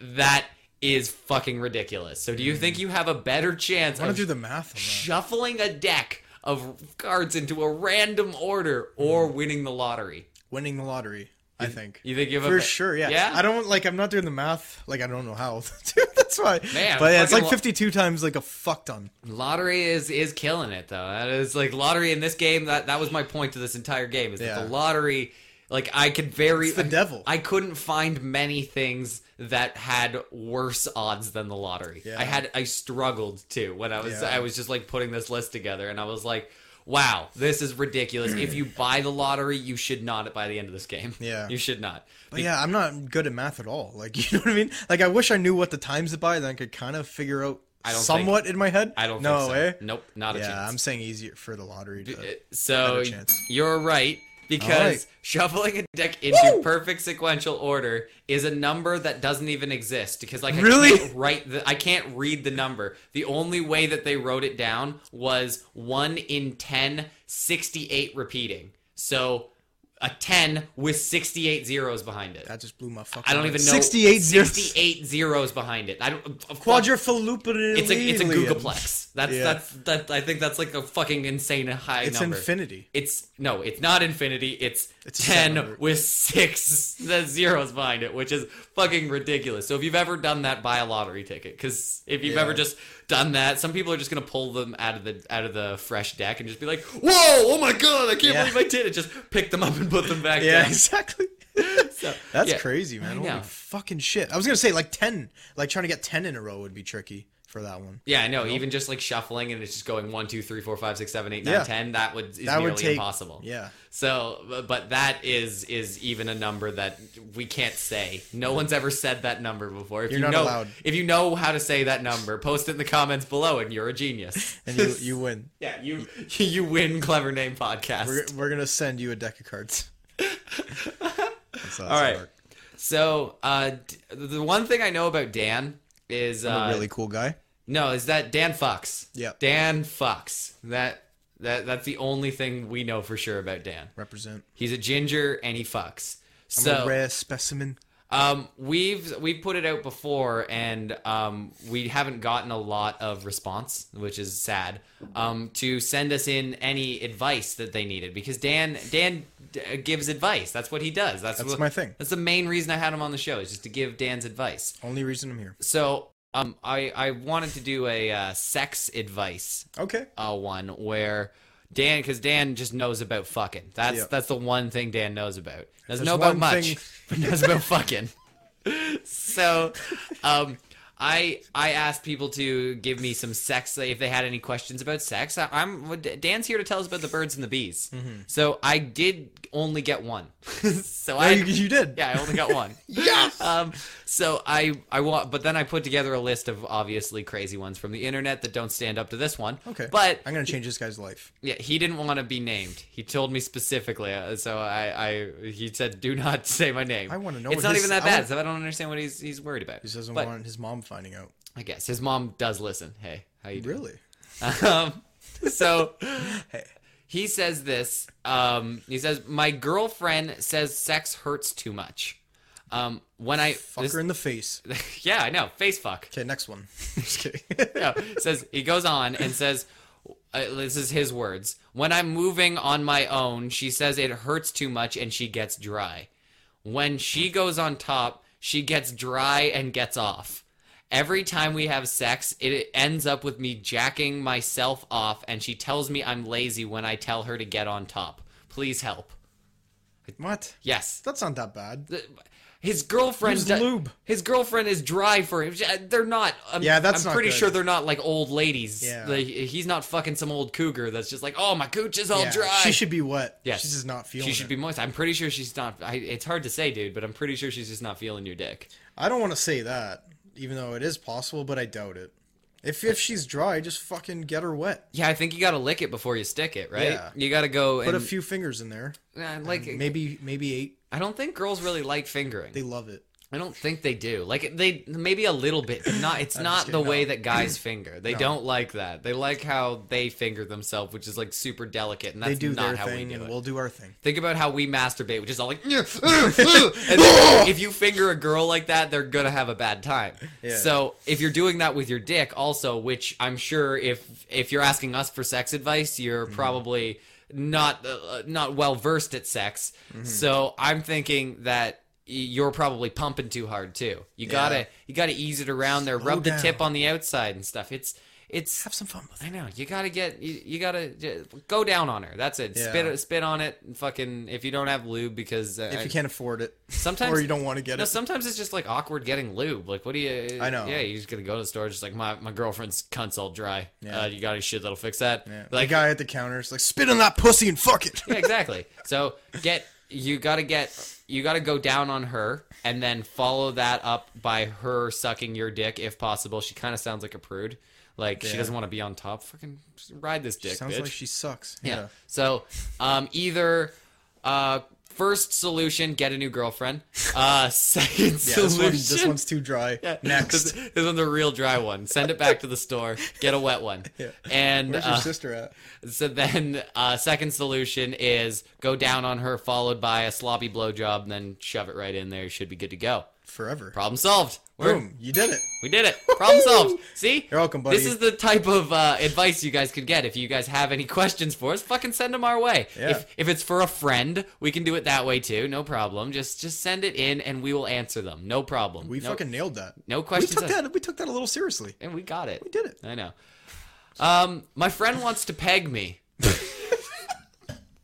That is
Mm.
fucking ridiculous. So do you think you have a better chance
I want
of
to do the math on that.
shuffling a deck of cards into a random order or winning the lottery.
winning the lottery. I think.
You think you have a
For
bet-
sure, yeah.
Yeah?
I don't like. I'm not doing the math. Like I don't know how. [laughs] to That's why.
Man,
but yeah, it's
fucking
like
lo-
52 times like a fuck ton.
Lottery is is killing it though. That is like lottery in this game. That that was my point to this entire game is that
Yeah.
the lottery, like I could very
It's the devil.
I couldn't find many things that had worse odds than the lottery.
Yeah.
I had I struggled too when I was
Yeah.
I was just like putting this list together and I was like, wow, this is ridiculous.
[clears throat]
if you buy the lottery, you should not by the end of this game.
Yeah.
you should not.
But yeah, I'm not good at math at all. Like [laughs] you know what I mean? Like I wish I knew what the times to buy, then I could kind of figure out
I don't think-
somewhat in my head.
I don't
know.
think so.
Eh?
Nope, not a
Yeah,
chance.
I'm saying easier for the lottery. To,
Uh, so
better chance.
you're right
All
because
right.
shuffling a deck into perfect sequential order is a number that doesn't even exist because like I
Really?
can't write the, I can't read the number. The only way that they wrote it down was 1 in 10 68 repeating. So a 10 with 68 zeros behind it.
that just blew my fucking.
I don't
mind.
even know
68 zeros.
68 zeros behind it. I don't of course
Quadrifalupinally.
it's a it's a googleplex. That's
Yeah.
that's that I think that's like a fucking insane high
It's
number.
infinity.
It's no, it's not infinity. It's,
It's a set
ten
number.
with six [laughs] the zeros behind it, which is fucking ridiculous. So if you've ever done that, buy a lottery ticket. Because if you've
Yeah.
ever just done that, some people are just gonna pull them out of the out of the fresh deck and just be like, "Whoa, oh my god, I can't
Yeah.
believe I did it!" Just pick them up and put them back
Yeah, [laughs]
down. [laughs]
exactly.
So,
[laughs] That's
yeah.
crazy,
I
man.
know.
Holy fucking shit. I was gonna say like 10, like trying to get 10 in a row would be tricky for that one.
Yeah, I know. Even just like shuffling and it's just going one, two, three, four, five, six, seven, eight, nine,
Yeah.
ten. That would is
That
nearly
would take
impossible. [laughs]
Yeah.
So, bu- but that is is even a number that we can't say. No one's ever said that number before. If
You're
you
not
know,
allowed.
If you know how to say that number, post it in the comments below, and you're a genius.
[laughs] And you you win.
[laughs] yeah, you you win clever name podcast.
We're, we're gonna send you a deck of
[laughs]
cards. That's how
All
it's
right.
work.
So, uh, d- the one thing I know about Dan is uh,
I'm a really cool guy.
no, is that Dan Fox.
Yep.
Dan Fox. That that that's the only thing we know for sure about Dan.
Represent.
He's a ginger and he fucks.
I'm
So
a rare specimen.
Um, we've we put it out before, and um, we haven't gotten a lot of response, which is sad. Um, to send us in any advice that they needed, because Dan Dan d- gives advice. That's what he does. That's,
That's
what,
my thing.
That's the main reason I had him on the show is just to give Dan's advice.
Only reason I'm here.
So um, I I wanted to do a uh, sex advice
Okay.
uh, one where Dan, because Dan just knows about fucking. That's
Yeah.
that's the one thing Dan knows about. Doesn't
There's
know about
one
much,
thing-
but
[laughs]
knows about fucking. So, um, I I asked people to give me some sex if they had any questions about sex. I, I'm Dan's here to tell us about the birds and the bees.
Mm-hmm.
So I did only get one. [laughs] so I
Oh, you, you did.
yeah, I only
[laughs]
got one. yes. Um, so I I want, but then I put together a list of obviously crazy ones from the internet that don't stand up to this one.
Okay.
But
I'm gonna change this guy's life.
yeah, he didn't want to be named. He told me specifically, uh, so I, I he said, "Do not [laughs] say my name."
I wanna know
It's
what
not
his-
even that
I
bad.
want-
so I don't understand what he's he's worried about.
He doesn't
But
want his mom finding out.
I guess his mom does listen. Hey, how you doing?
Really?
[laughs] Um,
[laughs]
so he says this. Um, he says, "My girlfriend says sex hurts too much." Um, when I
Fuck
this-
her in the face.
[laughs] yeah, I know. Face fuck. [laughs]
Okay, next one. [laughs] Just kidding.
No, says he goes on and says, uh, "This is his words. When I'm moving on my own, she says it hurts too much and she gets dry. When she goes on top, she gets dry and gets off. Every time we have sex, it ends up with me jacking myself off, and she tells me I'm lazy when I tell her to get on top. Please help.
what?
Yes."
That's not that bad.
His girlfriend
Use
do-
lube.
His girlfriend is dry for him. They're not. I'm,
Yeah, that's
I'm
not
pretty
good.
sure they're not like old ladies.
Yeah.
Like, he's not fucking some old cougar that's just like, oh, my gooch is all
Yeah,
dry.
She should be wet.
Yes.
She's just not feeling
She should
it.
be moist. I'm pretty sure she's not. I, it's hard to say, dude, but I'm pretty sure she's just not feeling your dick.
I don't want to say that, even though it is possible, but I doubt it. If if she's dry, just fucking get her wet.
Yeah, I think you gotta lick it before you stick it, right?
Yeah.
You gotta go and
Put a few fingers in there.
uh, like.
Maybe maybe eight.
I don't think girls really like fingering.
They love it.
I don't think they do. Like they maybe a little bit, but not. It's
I'm
not
just
the
kidding,
way
no.
that guys finger. They
No.
don't like that. They like how they finger themselves, which is like super delicate, and that's
they do
not
their
how
thing,
we do
and
it.
we'll do our thing.
Think about how we masturbate, which is
[laughs]
all [laughs] like, "Nyeh, uh, uh," and then if you finger a girl like that, they're gonna have a bad time.
Yeah.
So if you're doing that with your dick, also, which I'm sure if if you're asking us for sex advice, you're
Mm-hmm.
probably not uh, not well versed at sex.
Mm-hmm.
So I'm thinking that y- you're probably pumping too hard too. You gotta you gotta ease it around there.
Slow
Rub the tip
down.
on the outside and stuff. It's it's
Have some fun with
I
it.
know you gotta get you, you gotta j- go down on her. That's it.
Yeah.
Spit spit on it. And fucking if you don't have lube because uh,
If
I-
you can't afford it,
sometimes
or you don't want to get
no,
it.
sometimes it's just like awkward getting lube. Like what do you?
I know.
Yeah, you just gotta go to the store. Just like my, my girlfriend's cunt's all dry.
Yeah.
Uh, you got any shit that'll fix that?
Yeah.
Like
the guy at the counter is like, spit on that pussy and fuck
[laughs]
it.
yeah, exactly. So get you gotta get you gotta go down on her and then follow that up by her sucking your dick if possible. She kind of sounds like a prude. Like she
Yeah.
doesn't want to be on top. Fucking ride this dick,
Sounds
bitch.
like she sucks.
Yeah.
Yeah.
So, um, either uh, first solution, get a new girlfriend.
[laughs]
Uh, second
Yeah, this,
solution.
one, this one's too dry.
Yeah, [laughs] This,
Next.
this one's a real dry one. Send it back to the store. Get a wet one.
[laughs] Yeah.
And
Where's your
uh,
sister at?
so then, uh, second solution is go down on her, followed by a sloppy blowjob, and then shove it right in there. Should be good to go.
Forever.
Problem solved. We're,
Boom. You did it.
we did it. Problem solved. See?
You're welcome, buddy.
This is the type of uh, advice you guys could get. If you guys have any [laughs] questions for us, fucking send them our way.
Yeah.
If, if it's for a friend, we can do it that way too. No problem. Just just send it in and we will answer them. No problem.
We
no,
fucking nailed that.
no
We
questions.
took
asked.
that. We took that a little seriously.
And we got it.
We did it.
I know. Um, my friend wants to
[laughs]
peg me.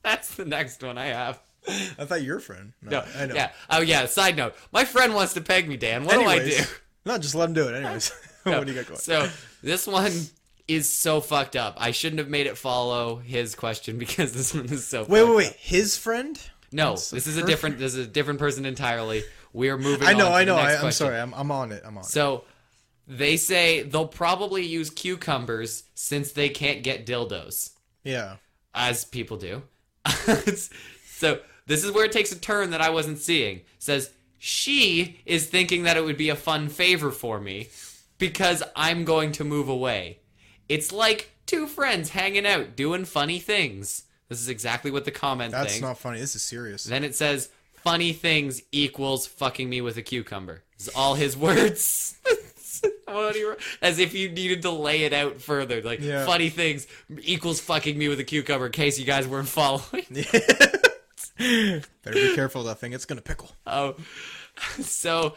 That's the next one I have.
I thought you were a friend. No,
No,
I know.
Yeah. Oh yeah. Side note. My friend wants to peg me, Dan. What do I
Anyways,
do?
No, just let him do it.
[laughs]
Anyways, [laughs]
No.
what do you got going?
So this one is so fucked up. I shouldn't have made it follow his question because this one is so.
wait,
fucked
wait,
up.
wait. His friend?
No, this is a different. This is a different person entirely. We are moving.
I
on
know,
to
I
the
know.
next
I, I'm
question.
sorry. I'm, I'm on it. I'm on. it.
So they say they'll probably use cucumbers since they can't get dildos,
yeah.
as people do. [laughs] so this is where it takes a turn that I wasn't seeing. Says she is thinking that it would be a fun favor for me because I'm going to move away. It's like two friends hanging out doing funny things. This is exactly what the comment
That's
thing.
not funny. This is serious.
Then it says funny things equals fucking me with a cucumber. It's all his words. [laughs] What do you- As if you needed to lay it out further. Like
Yeah.
funny things equals fucking me with a cucumber. In case you guys weren't [laughs] following.
Better be careful of that thing. It's going to pickle.
Oh, so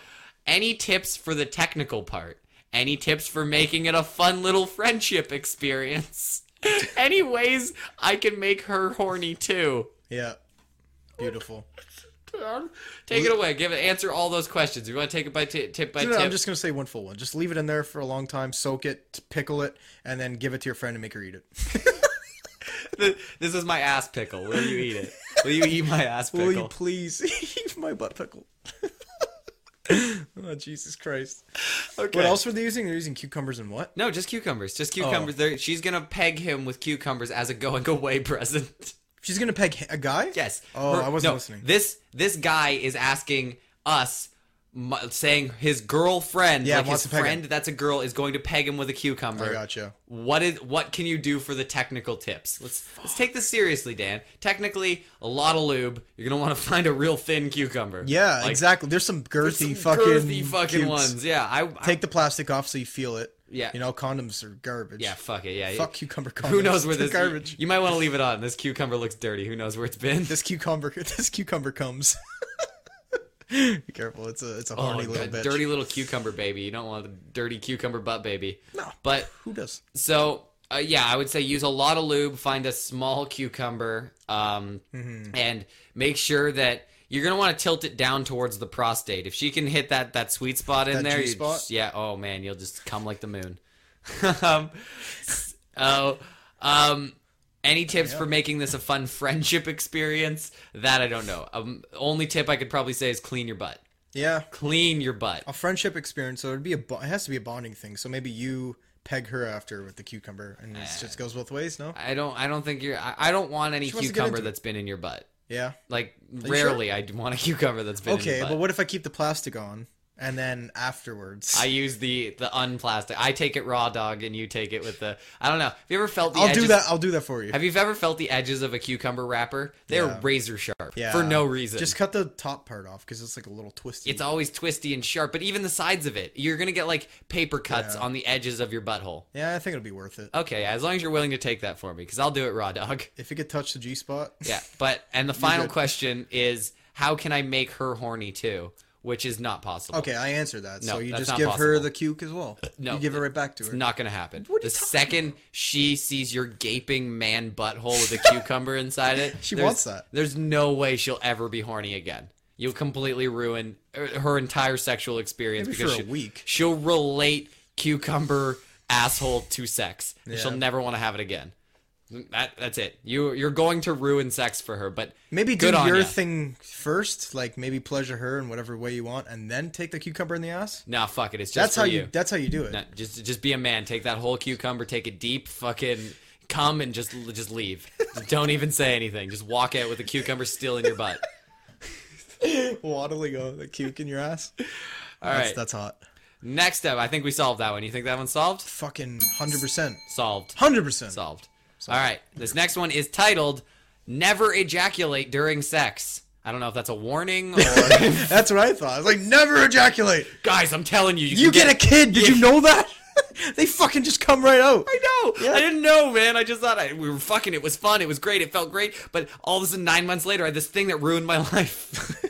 any tips for the technical part? Any tips for making it a fun little friendship experience? [laughs] any ways I can make her horny too?
Yeah. Beautiful.
Take it away. Give it. Answer all those questions. You want to take it by ti tip by
No,
tip?
no, I'm just going to say one full one. Just leave it in there for a long time, soak it, pickle it, and then give it to your friend and make her eat it.
Th- [laughs] this is my ass pickle. Will you eat it? Will you eat my ass
[laughs]
pickle?
Will you please eat my butt pickle? [laughs] oh, Jesus Christ.
okay.
What else Oh. were they using? They're using cucumbers and what?
No, just cucumbers. Just cucumbers. They're- She's gonna peg him with cucumbers as a going away [laughs] present.
She's going to peg h- a guy?
yes.
Oh, I wasn't
no,
listening.
This this guy is asking us, mu- saying his girlfriend,
Yeah,
like
wants
his
to peg him.
friend that's a girl, is going to peg him with a cucumber.
I gotcha.
what is what can you do for the technical tips? Let's let's take this seriously, Dan. Technically, a lot of lube. You're gonna want to [laughs] find a real thin cucumber.
Yeah,
Like,
exactly. There's some girthy
some
fucking
girthy fucking
cutes.
ones. Yeah, I, I-
Take the plastic off so you feel it.
Yeah.
You know, condoms are garbage.
yeah. Fuck it. Yeah.
Fuck cucumber condoms. [laughs]
Who knows where
They're
this
garbage.
You, might want to leave it on. This cucumber looks dirty. Who knows where it's been?
This cucumber [laughs] this cucumber comes. [laughs] Be careful, it's a it's a
Oh,
horny little
that
bitch.
dirty little cucumber baby. You don't want the dirty cucumber butt baby.
No.
But
Who does?
So uh, yeah, I would say use a lot of lube. Find a small cucumber, um,
Mm-hmm.
and make sure that you're gonna want to tilt it down towards the prostate. If she can hit that that sweet spot in
That
there,
G
you
spot?
just- yeah. Oh man, you'll just come like the moon. [laughs] um, s- oh, um,
Oh,
any tips for making this a fun [laughs] friendship experience? That I don't know. Um, only tip I could probably say is clean your butt.
Yeah.
Clean your butt.
A friendship experience, so it'd be a bo- it has to be a bonding thing. So maybe you peg her after with the cucumber and it
Ah.
just goes both ways, no?
I don't. I don't think you're. I, I don't want any
wants to get
cucumber
into it.
that's been in your butt.
Yeah.
Like
you sure?
rarely, I want a [laughs] cucumber that's been
Okay,
In
but
the butt.
what if I keep the plastic on and then afterwards,
I use the the unplastic. I take it raw dog, and you take it with the. I don't know. Have you ever felt the?
I'll
edges,
do that. I'll do that for you.
Have you ever felt the edges of a cucumber wrapper? They're
Yeah.
razor sharp
Yeah.
for no reason.
Just cut the top part off because it's like a little twisty.
it's always twisty and sharp, but even the sides of it, you're gonna get like paper cuts on the edges of your butthole.
yeah, I think it'll be worth it.
Okay, as long as you're willing to take that for me, because I'll do it raw
[laughs]
dog.
If it could touch the G spot,
Yeah, but and the final
good.
question is how can I make her horny too? Which is not possible.
Okay, I answered that.
No,
so you
that's
just
not
give her
possible. Uh,
the cuke as well.
No,
you give it right back to her.
It's not gonna happen. The second she sees your gaping man butthole with a cucumber inside it,
[laughs] She
there's-
wants that.
There's no way she'll ever be horny again. You'll completely ruin er, her entire sexual experience
Maybe
because
for a
she,
week.
she'll relate cucumber asshole to sex. and She'll
Yeah.
never want to have it again. That that's it. You you're going to ruin sex for her. But
Maybe do
good on
your
ya.
thing first, like maybe pleasure her in whatever way you want, and then take the cucumber in the ass.
Nah, fuck it. It's just
That's
for
how you.
you.
That's how you do it.
No, just just be a man. Take that whole cucumber. Take a deep fucking come and just just leave. Just don't even say anything. Just walk out with the cucumber still in
[laughs]
your butt.
[laughs] Waddling oh, the cuke in your ass.
All
that's,
right.
that's hot.
Next up, I think we solved that one. You think that one's solved?
Fucking hundred percent.
Solved.
Hundred percent.
Solved. All right. This next one is titled "Never ejaculate during sex." I don't know if that's a warning
[laughs]
or
That's what I thought. I was like, never ejaculate.
guys. I'm telling you,
You
can
get a kid. Did you know that? [laughs] they fucking just come right out. [laughs]
I know.
Yeah.
I didn't know, man. I just thought I, we were fucking. It was fun. It was great. It felt great. But all of a sudden, nine months later, I had this thing that ruined my [laughs] life.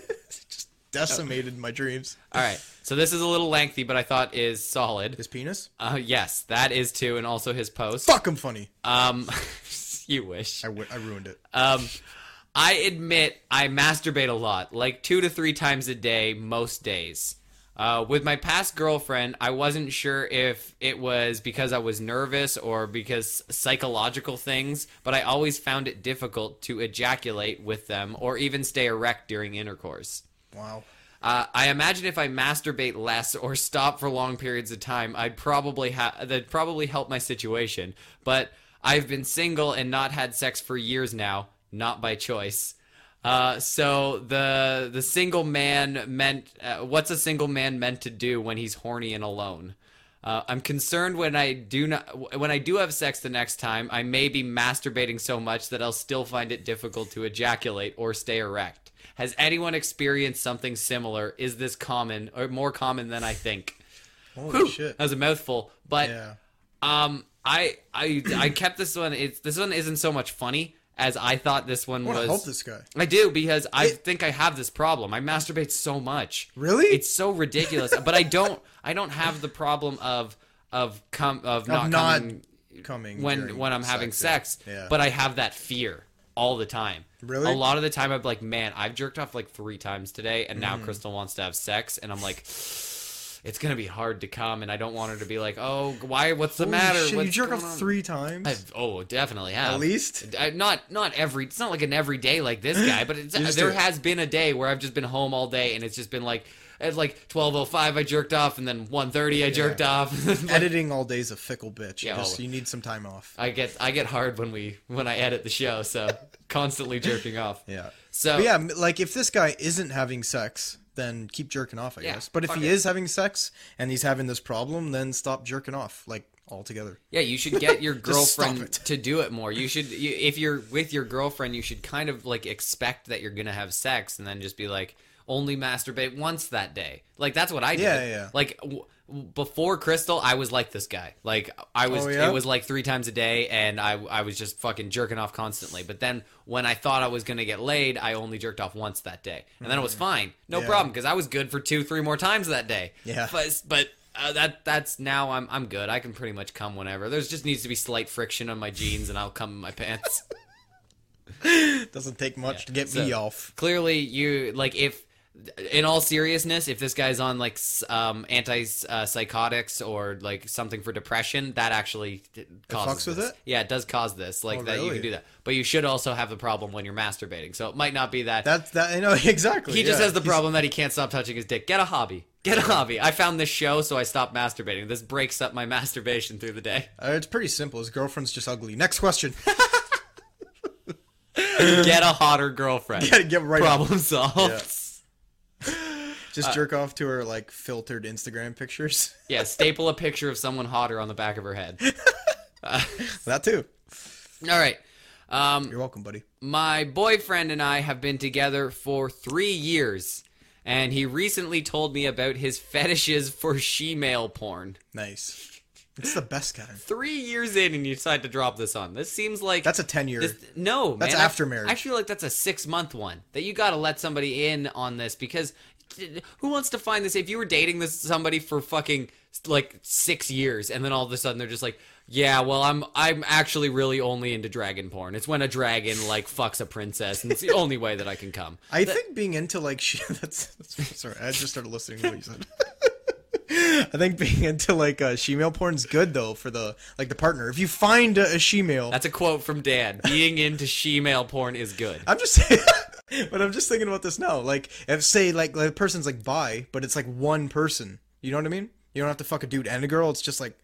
Decimated my dreams.
all right. So this is a little lengthy, but I thought is solid.
His penis.
Uh, yes, that is too, and also his post.
Fuck, I'm funny.
Um, [laughs] you wish.
I, w- I ruined it.
Um, I admit I masturbate a lot, like two to three times a day, most days. Uh, with my past girlfriend, I wasn't sure if it was because I was nervous or because psychological things, but I always found it difficult to ejaculate with them or even stay erect during intercourse.
Wow.
Uh, I imagine if I masturbate less or stop for long periods of time, I'd probably ha- that'd probably help my situation. But I've been single and not had sex for years now, not by choice. Uh, so the the single man meant uh, what's a single man meant to do when he's horny and alone? Uh, I'm concerned when I do not when I do have sex the next time, I may be masturbating so much that I'll still find it difficult to ejaculate or stay erect. Has anyone experienced something similar? Is this common or more common than I think?
Holy
Whew,
shit.
That was a mouthful, but
Yeah.
um, I I I kept this one. It's this one isn't so much funny as I thought this one
I want to
was.
help this guy.
I do because I
It-
think I have this problem. I masturbate so much.
Really?
It's so ridiculous. but I don't. I don't have the problem of of come of not,
not
coming
Coming
when
during
when I'm having sex.
Yeah.
But I have that fear all the time.
Really?
A lot of the time, I'm like, man, I've jerked off like three times today, and
Mm.
now Crystal wants to have sex, and I'm like. [sighs] It's gonna be hard to come, and I don't want her to be like, "Oh, why? What's the
Holy
matter?"
shit,
What's
you jerk
going
off
on?"
three times.
I've, oh, definitely have.
At least?
I, not not every. It's not like an everyday like this guy, but
You
it's,
just
there
do it.
has been a day where I've just been home all day and it's just been like at like twelve oh five I jerked off and then one thirty I jerked off. [laughs] Like,
Editing all day's a fickle bitch.
Yeah,
Just-
oh.
you need some time off.
I get I get hard when we when I edit the show, so constantly jerking off.
Yeah.
So
But yeah, m- like if this guy isn't having sex, then keep jerking off, I
Yeah,
guess. But if
fuck
he
it.
is having sex and he's having this problem, then stop jerking off, like altogether.
Yeah, you should get your
[laughs] Just stop
girlfriend
it.
to do it more. You should, you, if you're with your girlfriend, you should kind of like expect that you're gonna have sex, and then just be like, only masturbate once that day. Like that's what I did.
Yeah, yeah, yeah.
Like w- w- before Crystal, I was like this guy. Like I was,
Oh, yeah?
it was like three times a day, and I I was just fucking jerking off constantly. But then when I thought I was gonna get laid, I only jerked off once that day, and then it was fine, no
Mm. Yeah.
problem, because I was good for two, three more times that day.
Yeah.
But but uh, that that's now I'm I'm good. I can pretty much come whenever. There's just needs to be slight friction on my jeans, and I'll come in my
[laughs]
pants.
It doesn't take much to get
So-
me off.
Clearly, you like if. In all seriousness, if this guy's on like s- um, antipsychotics or like something for depression, that actually t- causes
fucks with
this.
it?
Yeah, it does cause this. Like
Oh,
that, you
really?
can do that, but you should also have the problem when you're masturbating. So it might not be that.
That's that. You know [laughs] exactly.
He just
yeah.
has the
He's-
problem that he can't stop touching his dick. Get a hobby. Get a hobby. I found this show, so I stopped masturbating. This breaks up my [laughs] masturbation through the day.
Uh, it's pretty simple. His girlfriend's just ugly. Next question. [laughs]
[laughs] Get a hotter girlfriend. [laughs]
Gotta get right. up.
Problem solved.
Just jerk off to her like filtered Instagram pictures. [laughs]
Yeah, staple a picture of someone hotter on the back of her head.
that too.
All right. Um,
You're welcome, buddy.
my boyfriend and I have been together for three years, and he recently told me about his fetishes for she-male porn.
Nice. It's the best kind.
Three years in, and you decide to drop this on. This seems like
That's a ten year.
This, no,
That's
man, I-
after marriage.
I feel like that's a six month one that you got to let somebody in on this because who wants to find this? If you were dating this somebody for fucking like six years and then all of a sudden they're just like, yeah, well, I'm I'm actually really only into dragon porn. It's when a dragon like fucks a princess, and it's the only way that I can come.
I think being into like [laughs] she, that's, that's sorry. I just started listening to what you said. [laughs] I think being into like uh, shemale porn's good though for the like the partner. If you find a, a shemale,
That's a quote from Dan. Being into she-male porn
[laughs]
is good.
I'm just saying. but I'm just thinking about this now. Like if say like, like the person's like bi, but it's like one person. You know what I mean? You don't have to fuck a dude and a girl. It's just
[laughs]
like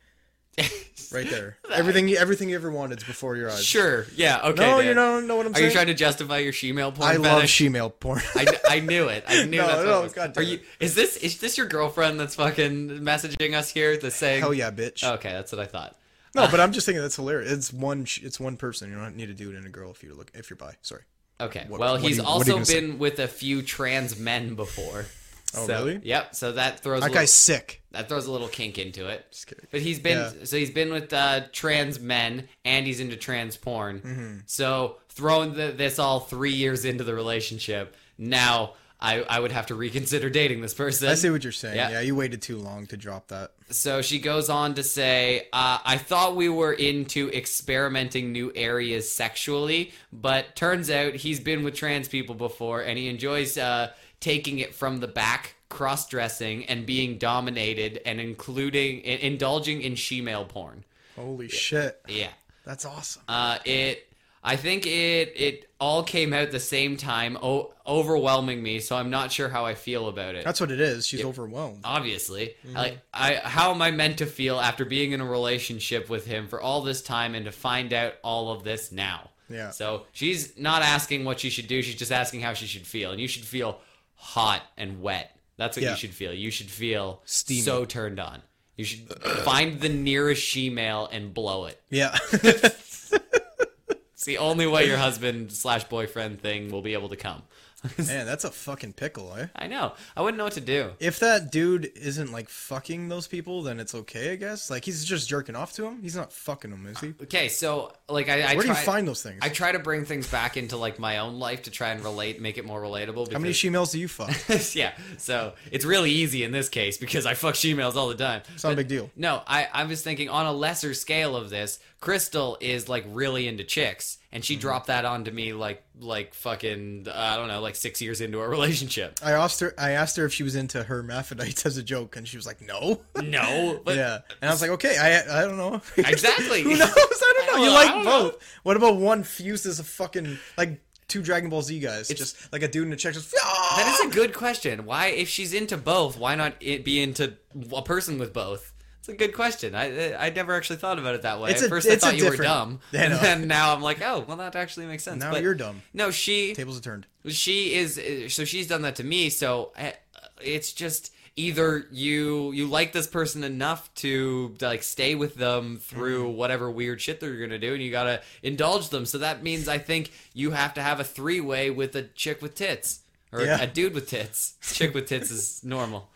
right there. everything you everything you ever wanted is before your eyes.
Sure. Yeah. Okay.
No, you
Dan.
don't know what I'm
Are
saying.
you trying to justify your she-male porn?
I love
fetish?
shemale porn.
I, I knew it. I knew
No,
that's
no,
what it was.
God damn
Are you?
it.
Is this is this your girlfriend that's fucking messaging us here? The
[laughs]
saying.
Hell yeah, bitch.
Okay, that's what I thought.
No, but I'm just thinking that's hilarious. It's one. sh- It's one person. You don't need to do it in a girl if you look if you're bi. Sorry.
Okay.
What-
well,
what
he's
do you- what are you
also
gonna say?
been with a few trans men before.
Oh,
so,
really?
Yep. So that throws a
That
little,
guy's sick.
that throws a little kink into it. Just
kidding.
But he's been
Yeah.
so he's been with uh, trans men and he's into trans porn.
Mm-hmm.
So throwing the, this all three years into the relationship, now I I would have to reconsider dating this person.
I see what you're saying.
Yeah.
Yeah. you waited too long to drop that.
So she goes on to say, uh, I thought we were into experimenting new areas sexually, but turns out he's been with trans people before and he enjoys uh, taking it from the back, cross dressing, and being dominated and including, in- indulging in she male porn.
Holy shit.
Yeah.
That's awesome.
Uh, it. I think it it all came out the same time, o- overwhelming me. So I'm not sure how I feel about it
That's what it is. She's overwhelmed.
obviously
Mm-hmm.
like i how am i meant to feel after being in a relationship with him for all this time and to find out all of this now
Yeah.
so she's not asking what she should do she's just asking how she should feel and you should feel hot and wet that's what
Yeah.
you should feel you should feel
Steamy.
so turned on you should find the nearest she-male and blow it
Yeah. [laughs]
it's the only way your husband slash boyfriend thing will be able to come
Man, that's a fucking pickle, eh?
i know i wouldn't know what to do
If that dude isn't like fucking those people, then it's okay, I guess. Like he's just jerking off to him. He's not fucking them, is he?
okay so like i, I
Where do you
tried-
find those things?
I try to bring things back into like my own life to try and relate, make it more relatable. Because,
How
[laughs]
many shemales do you fuck?
yeah, so it's really easy in this case because I fuck females all the time.
It's not a big deal.
No, I, I was thinking on a lesser scale of this, Crystal is like really into chicks, and
Mm-hmm.
she dropped that onto me like like fucking I don't know like six years into our [laughs]
[laughs]
relationship.
I asked her. I asked her if she was into hermaphrodites [laughs] as a joke, and she was like, "No." [laughs]
No, but
Yeah, and I was like, "Okay, I I don't know." [laughs]
exactly.
Who knows? I
I
don't
don't
know. You
know. I
like
don't
both. What about one fuses a fucking like two Dragon Ball Z guys? just like a dude in a check. Just
That is a good question. Why, if she's into both, why not it be into a person with both? It's a good question. I I never actually thought about it that way.
It's
At
a-
first,
it's a
I thought you were
different-
dumb,
[laughs] I
and
know.
then now I'm like, oh, well, that actually makes sense.
now
But
you're dumb.
No, she
Tables are
[laughs]
turned.
she is eh, so she's done that to me. So I, it's just either you you like this person enough to like stay with them through whatever weird shit they're gonna do, and you gotta indulge them. So that means I think you have to have a three way with a chick with tits. Or
Yeah.
a dude with tits. Chick with tits is normal.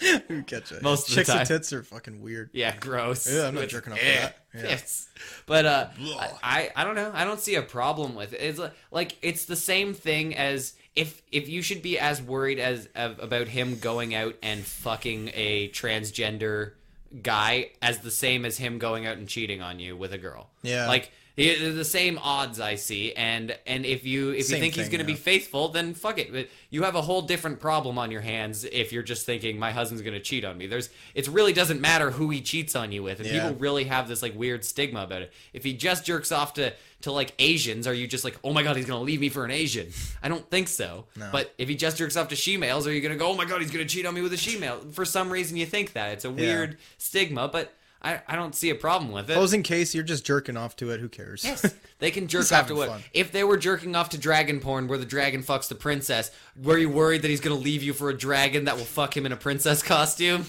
You catch it.
Most of the
chicks
time.
and tits are fucking weird.
Yeah, gross.
Yeah, I'm not
With-
jerking off to that. Yeah.
Yes. But uh
Ugh.
I, I don't know. I don't see a problem with it. It's like, like it's the same thing as if if you should be as worried as of, about him going out and fucking a transgender guy as the same as him going out and cheating on you with a girl.
Yeah.
Like it- they're the same odds I see, and and if you if
Same
you think he's
thing,
going to
yeah.
be faithful, then fuck it. But You have a whole different problem on your hands if you're just thinking my husband's going to cheat on me. There's it really doesn't matter who he cheats on you with. And
Yeah.
people really have this like weird stigma about it. If he just jerks off to to like Asians, are you just like oh my god he's going to leave me for an Asian? I don't think so. But if he just jerks off to she males, are you going to go oh my god he's going to cheat on me with a she male? For some reason you think that it's a weird stigma, but I, I don't see a problem with it.
Closing case, you're just jerking off to it. Who cares?
Yes, [laughs] they can jerk
He's
off to
having
what?
fun.
If they were jerking off to dragon porn, where the dragon fucks the princess, were you worried that he's gonna leave you for a dragon that will fuck him in a princess costume?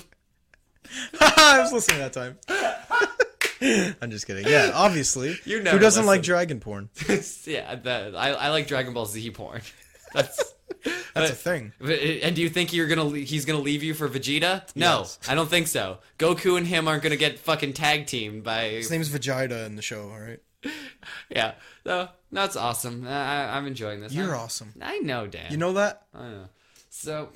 [laughs]
[laughs]
I was listening that time. I'm just kidding. Yeah, obviously.
[laughs] You
Who
never
doesn't like
listen.
dragon porn?
yeah, that, I, I like Dragon Ball Z porn. That's
That's a thing.
But- uh, And do you think you're gonna le- he's gonna leave you for Vegeta? No,
Yes.
I don't think so. Goku and him aren't gonna get fucking tag teamed by
His name's Vegeta in the show. All right.
yeah. So that's awesome. I, I'm enjoying this.
You're
I'm-
awesome.
I know, Dan.
You know that?
I know. So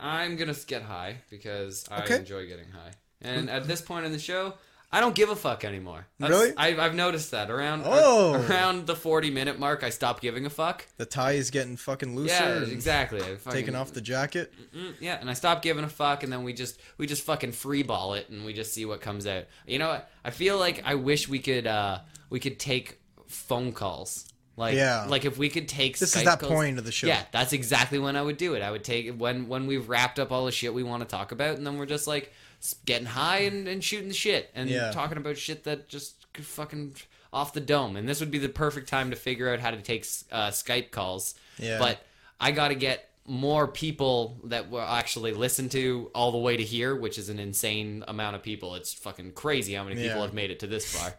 I'm gonna get high because I
Okay.
enjoy getting high. And at this point in the show, I don't give a fuck anymore. That's-
Really?
I, I've noticed that around er,
Oh.
around the 40 minute mark, I stop giving a fuck.
The tie is getting fucking looser.
Yeah,
and
exactly. I fucking-
Taking off the jacket.
Mm, yeah, and I stopped giving a fuck, and then we just we just fucking freeball it, and we just see what comes out. You know what? I feel like I wish we could uh we could take phone calls. Like
Yeah.
like if we could take
This
Skype
is that
calls-
point of the show.
Yeah, that's exactly when I would do it. I would take when when we've wrapped up all the shit we want to talk about, and then we're just like s- getting high and, and shooting the shit and
Yeah.
talking about shit that just could fucking off the dome. And this would be the perfect time to figure out how to take s- uh, Skype calls.
Yeah.
But I got to get more people that will actually listen to all the way to here, which is an insane amount of people. It's fucking crazy how many people
Yeah.
have made it to this
[laughs]
far.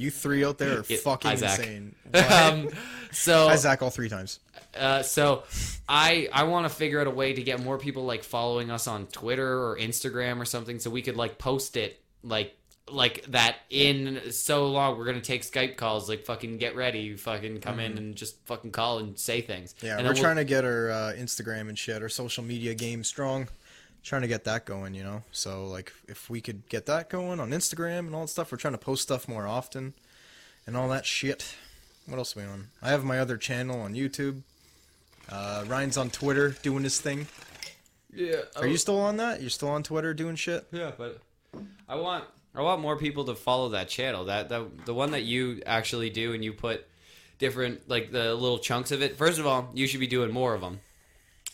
You three out there are
Yeah,
fucking
Isaac. [laughs]
insane.
um, so
Isaac all three times.
uh, so I I want to figure out a way to get more people like following us on Twitter or Instagram or something, so we could like post it like like that in so long we're gonna take Skype calls like fucking get ready you fucking come in and just fucking call and say things
Mm-hmm. Yeah,
and
we're
then we'll-
trying to get our uh, Instagram and shit, our social media game strong. Trying to get that going, you know. So like, if we could get that going on Instagram and all that stuff, we're trying to post stuff more often, and all that shit. What else are we on? I have my other channel on YouTube. Uh, Ryan's on Twitter doing his thing.
yeah
Are you still on that? You're still on Twitter doing shit?
Yeah, but I want I want more people to follow that channel. That that the one that you actually do and you put different like the little chunks of it. First of all, you should be doing more of them.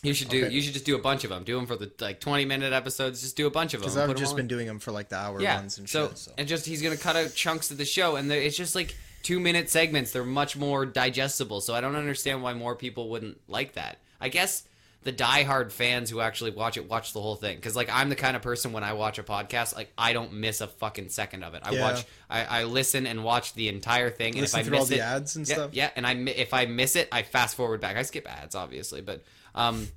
You should do
Okay.
you should just do a bunch of them. Do them for the like 20 minute episodes. Just do a bunch of them.
Because I've just been doing them for like the hour
yeah.
ones and
so,
shit. So
and just he's going to cut out chunks of the show and they're- it's just like 2 minute segments. They're much more digestible. So I don't understand why more people wouldn't like that. I guess the diehard fans who actually watch it watch the whole thing because like i'm the kind of person when i watch a podcast like i don't miss a fucking second of it i
Yeah.
watch I, I listen and watch the entire thing and
listen
if i
through
miss
all the
it
ads and
yeah,
stuff.
yeah, and I mi- if I miss it, I fast forward back. I skip ads, obviously, but um,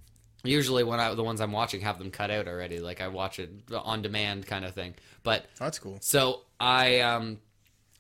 usually when I the ones I'm watching have them cut out already. Like I watch it on demand kind of thing. But
That's cool.
so I um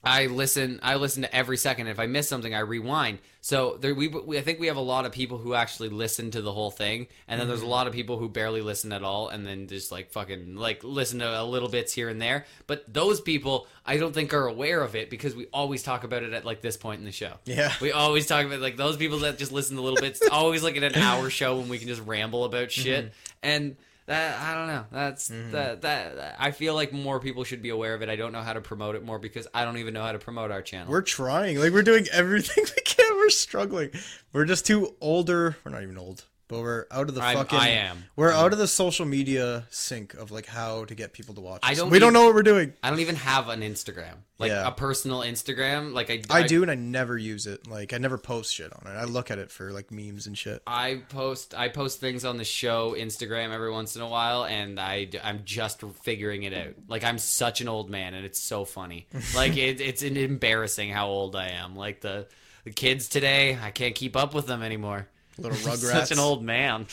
I listen I listen to every second. If I miss something, I rewind. So there we, we I think we have a lot of people who actually listen to the whole thing, and then there's a lot of people who barely listen at all, and then just like fucking like listen to a little bits here and there. But those people I don't think are aware of it because we always talk about it at like this point in the show.
Yeah.
we always talk about like those people that just listen to little bits. It's always like in an hour show when we can just ramble about shit and. That, I don't know. That's that, that that- I feel like more people should be aware of it. I don't know how to promote it more because I don't even know how to promote our channel.
We're trying. Like we're doing everything [laughs] we can. We're struggling. We're just too older. We're not even old, but we're out of the
I'm-
fucking.
I am.
We're out of the social media sync of like how to get people to watch.
I
us.
don't
We don't
e-
know what we're doing.
I don't even have an Instagram, like
Yeah.
a personal Instagram. Like I,
I do, and I never use it. Like I never post shit on it. I look at it for like memes and shit.
I post I post things on the show Instagram every once in a while, and I d- I'm just figuring it out. Like I'm such an old man, and it's
[laughs]
so funny. Like it, it's an embarrassing how old I am. Like the the kids today, I can't keep up with them anymore. [laughs]
Little
Such
Rugrats.
an old man.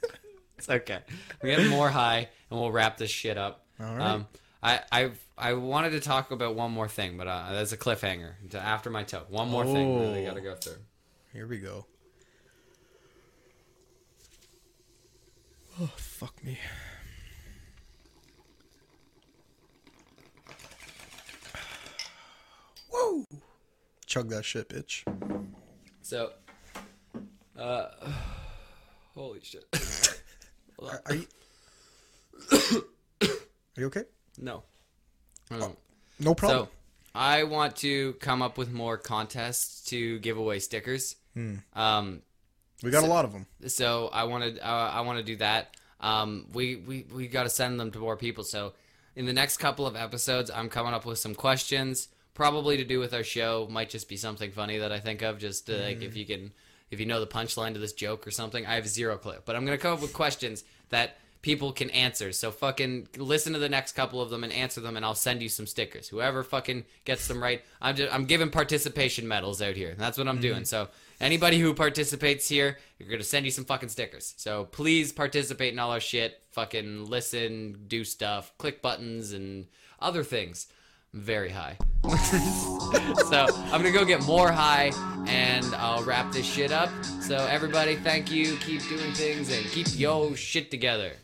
[laughs] it's okay. We have more high, and we'll wrap this shit up.
All right.
Um, I I've, I wanted to talk about one more thing, but uh, that's a cliffhanger to after my toe. One more thing that I
Oh.
gotta go through.
Here we go. Oh fuck me. Whoa! Chug that shit, bitch.
So, uh, [sighs] holy shit. [laughs]
Are, are you? [coughs] are you okay?
No. I don't.
No
So,
problem.
I want to come up with more contests to give away stickers. Um,
we got a lot of them.
so I want to uh, I want to do that. Um, we we we got to send them to more people. So in the next couple of episodes, I'm coming up with some questions, probably to do with our show. Might just be something funny that I think of, just to, like if you can, if you know the punchline to this joke or something. I have zero clue, but I'm gonna come up with questions that people can answer. So fucking listen to the next couple of them and answer them, and I'll send you some stickers. Whoever fucking gets them right, I'm just I'm giving participation medals out here. That's what I'm doing. So anybody who participates here, you're gonna send you some fucking stickers. So please participate in all our shit. Fucking listen, do stuff, click buttons, and other things. I'm very high. so I'm gonna go get more high, and I'll wrap this shit up. So everybody, thank you. Keep doing things and keep yo shit together.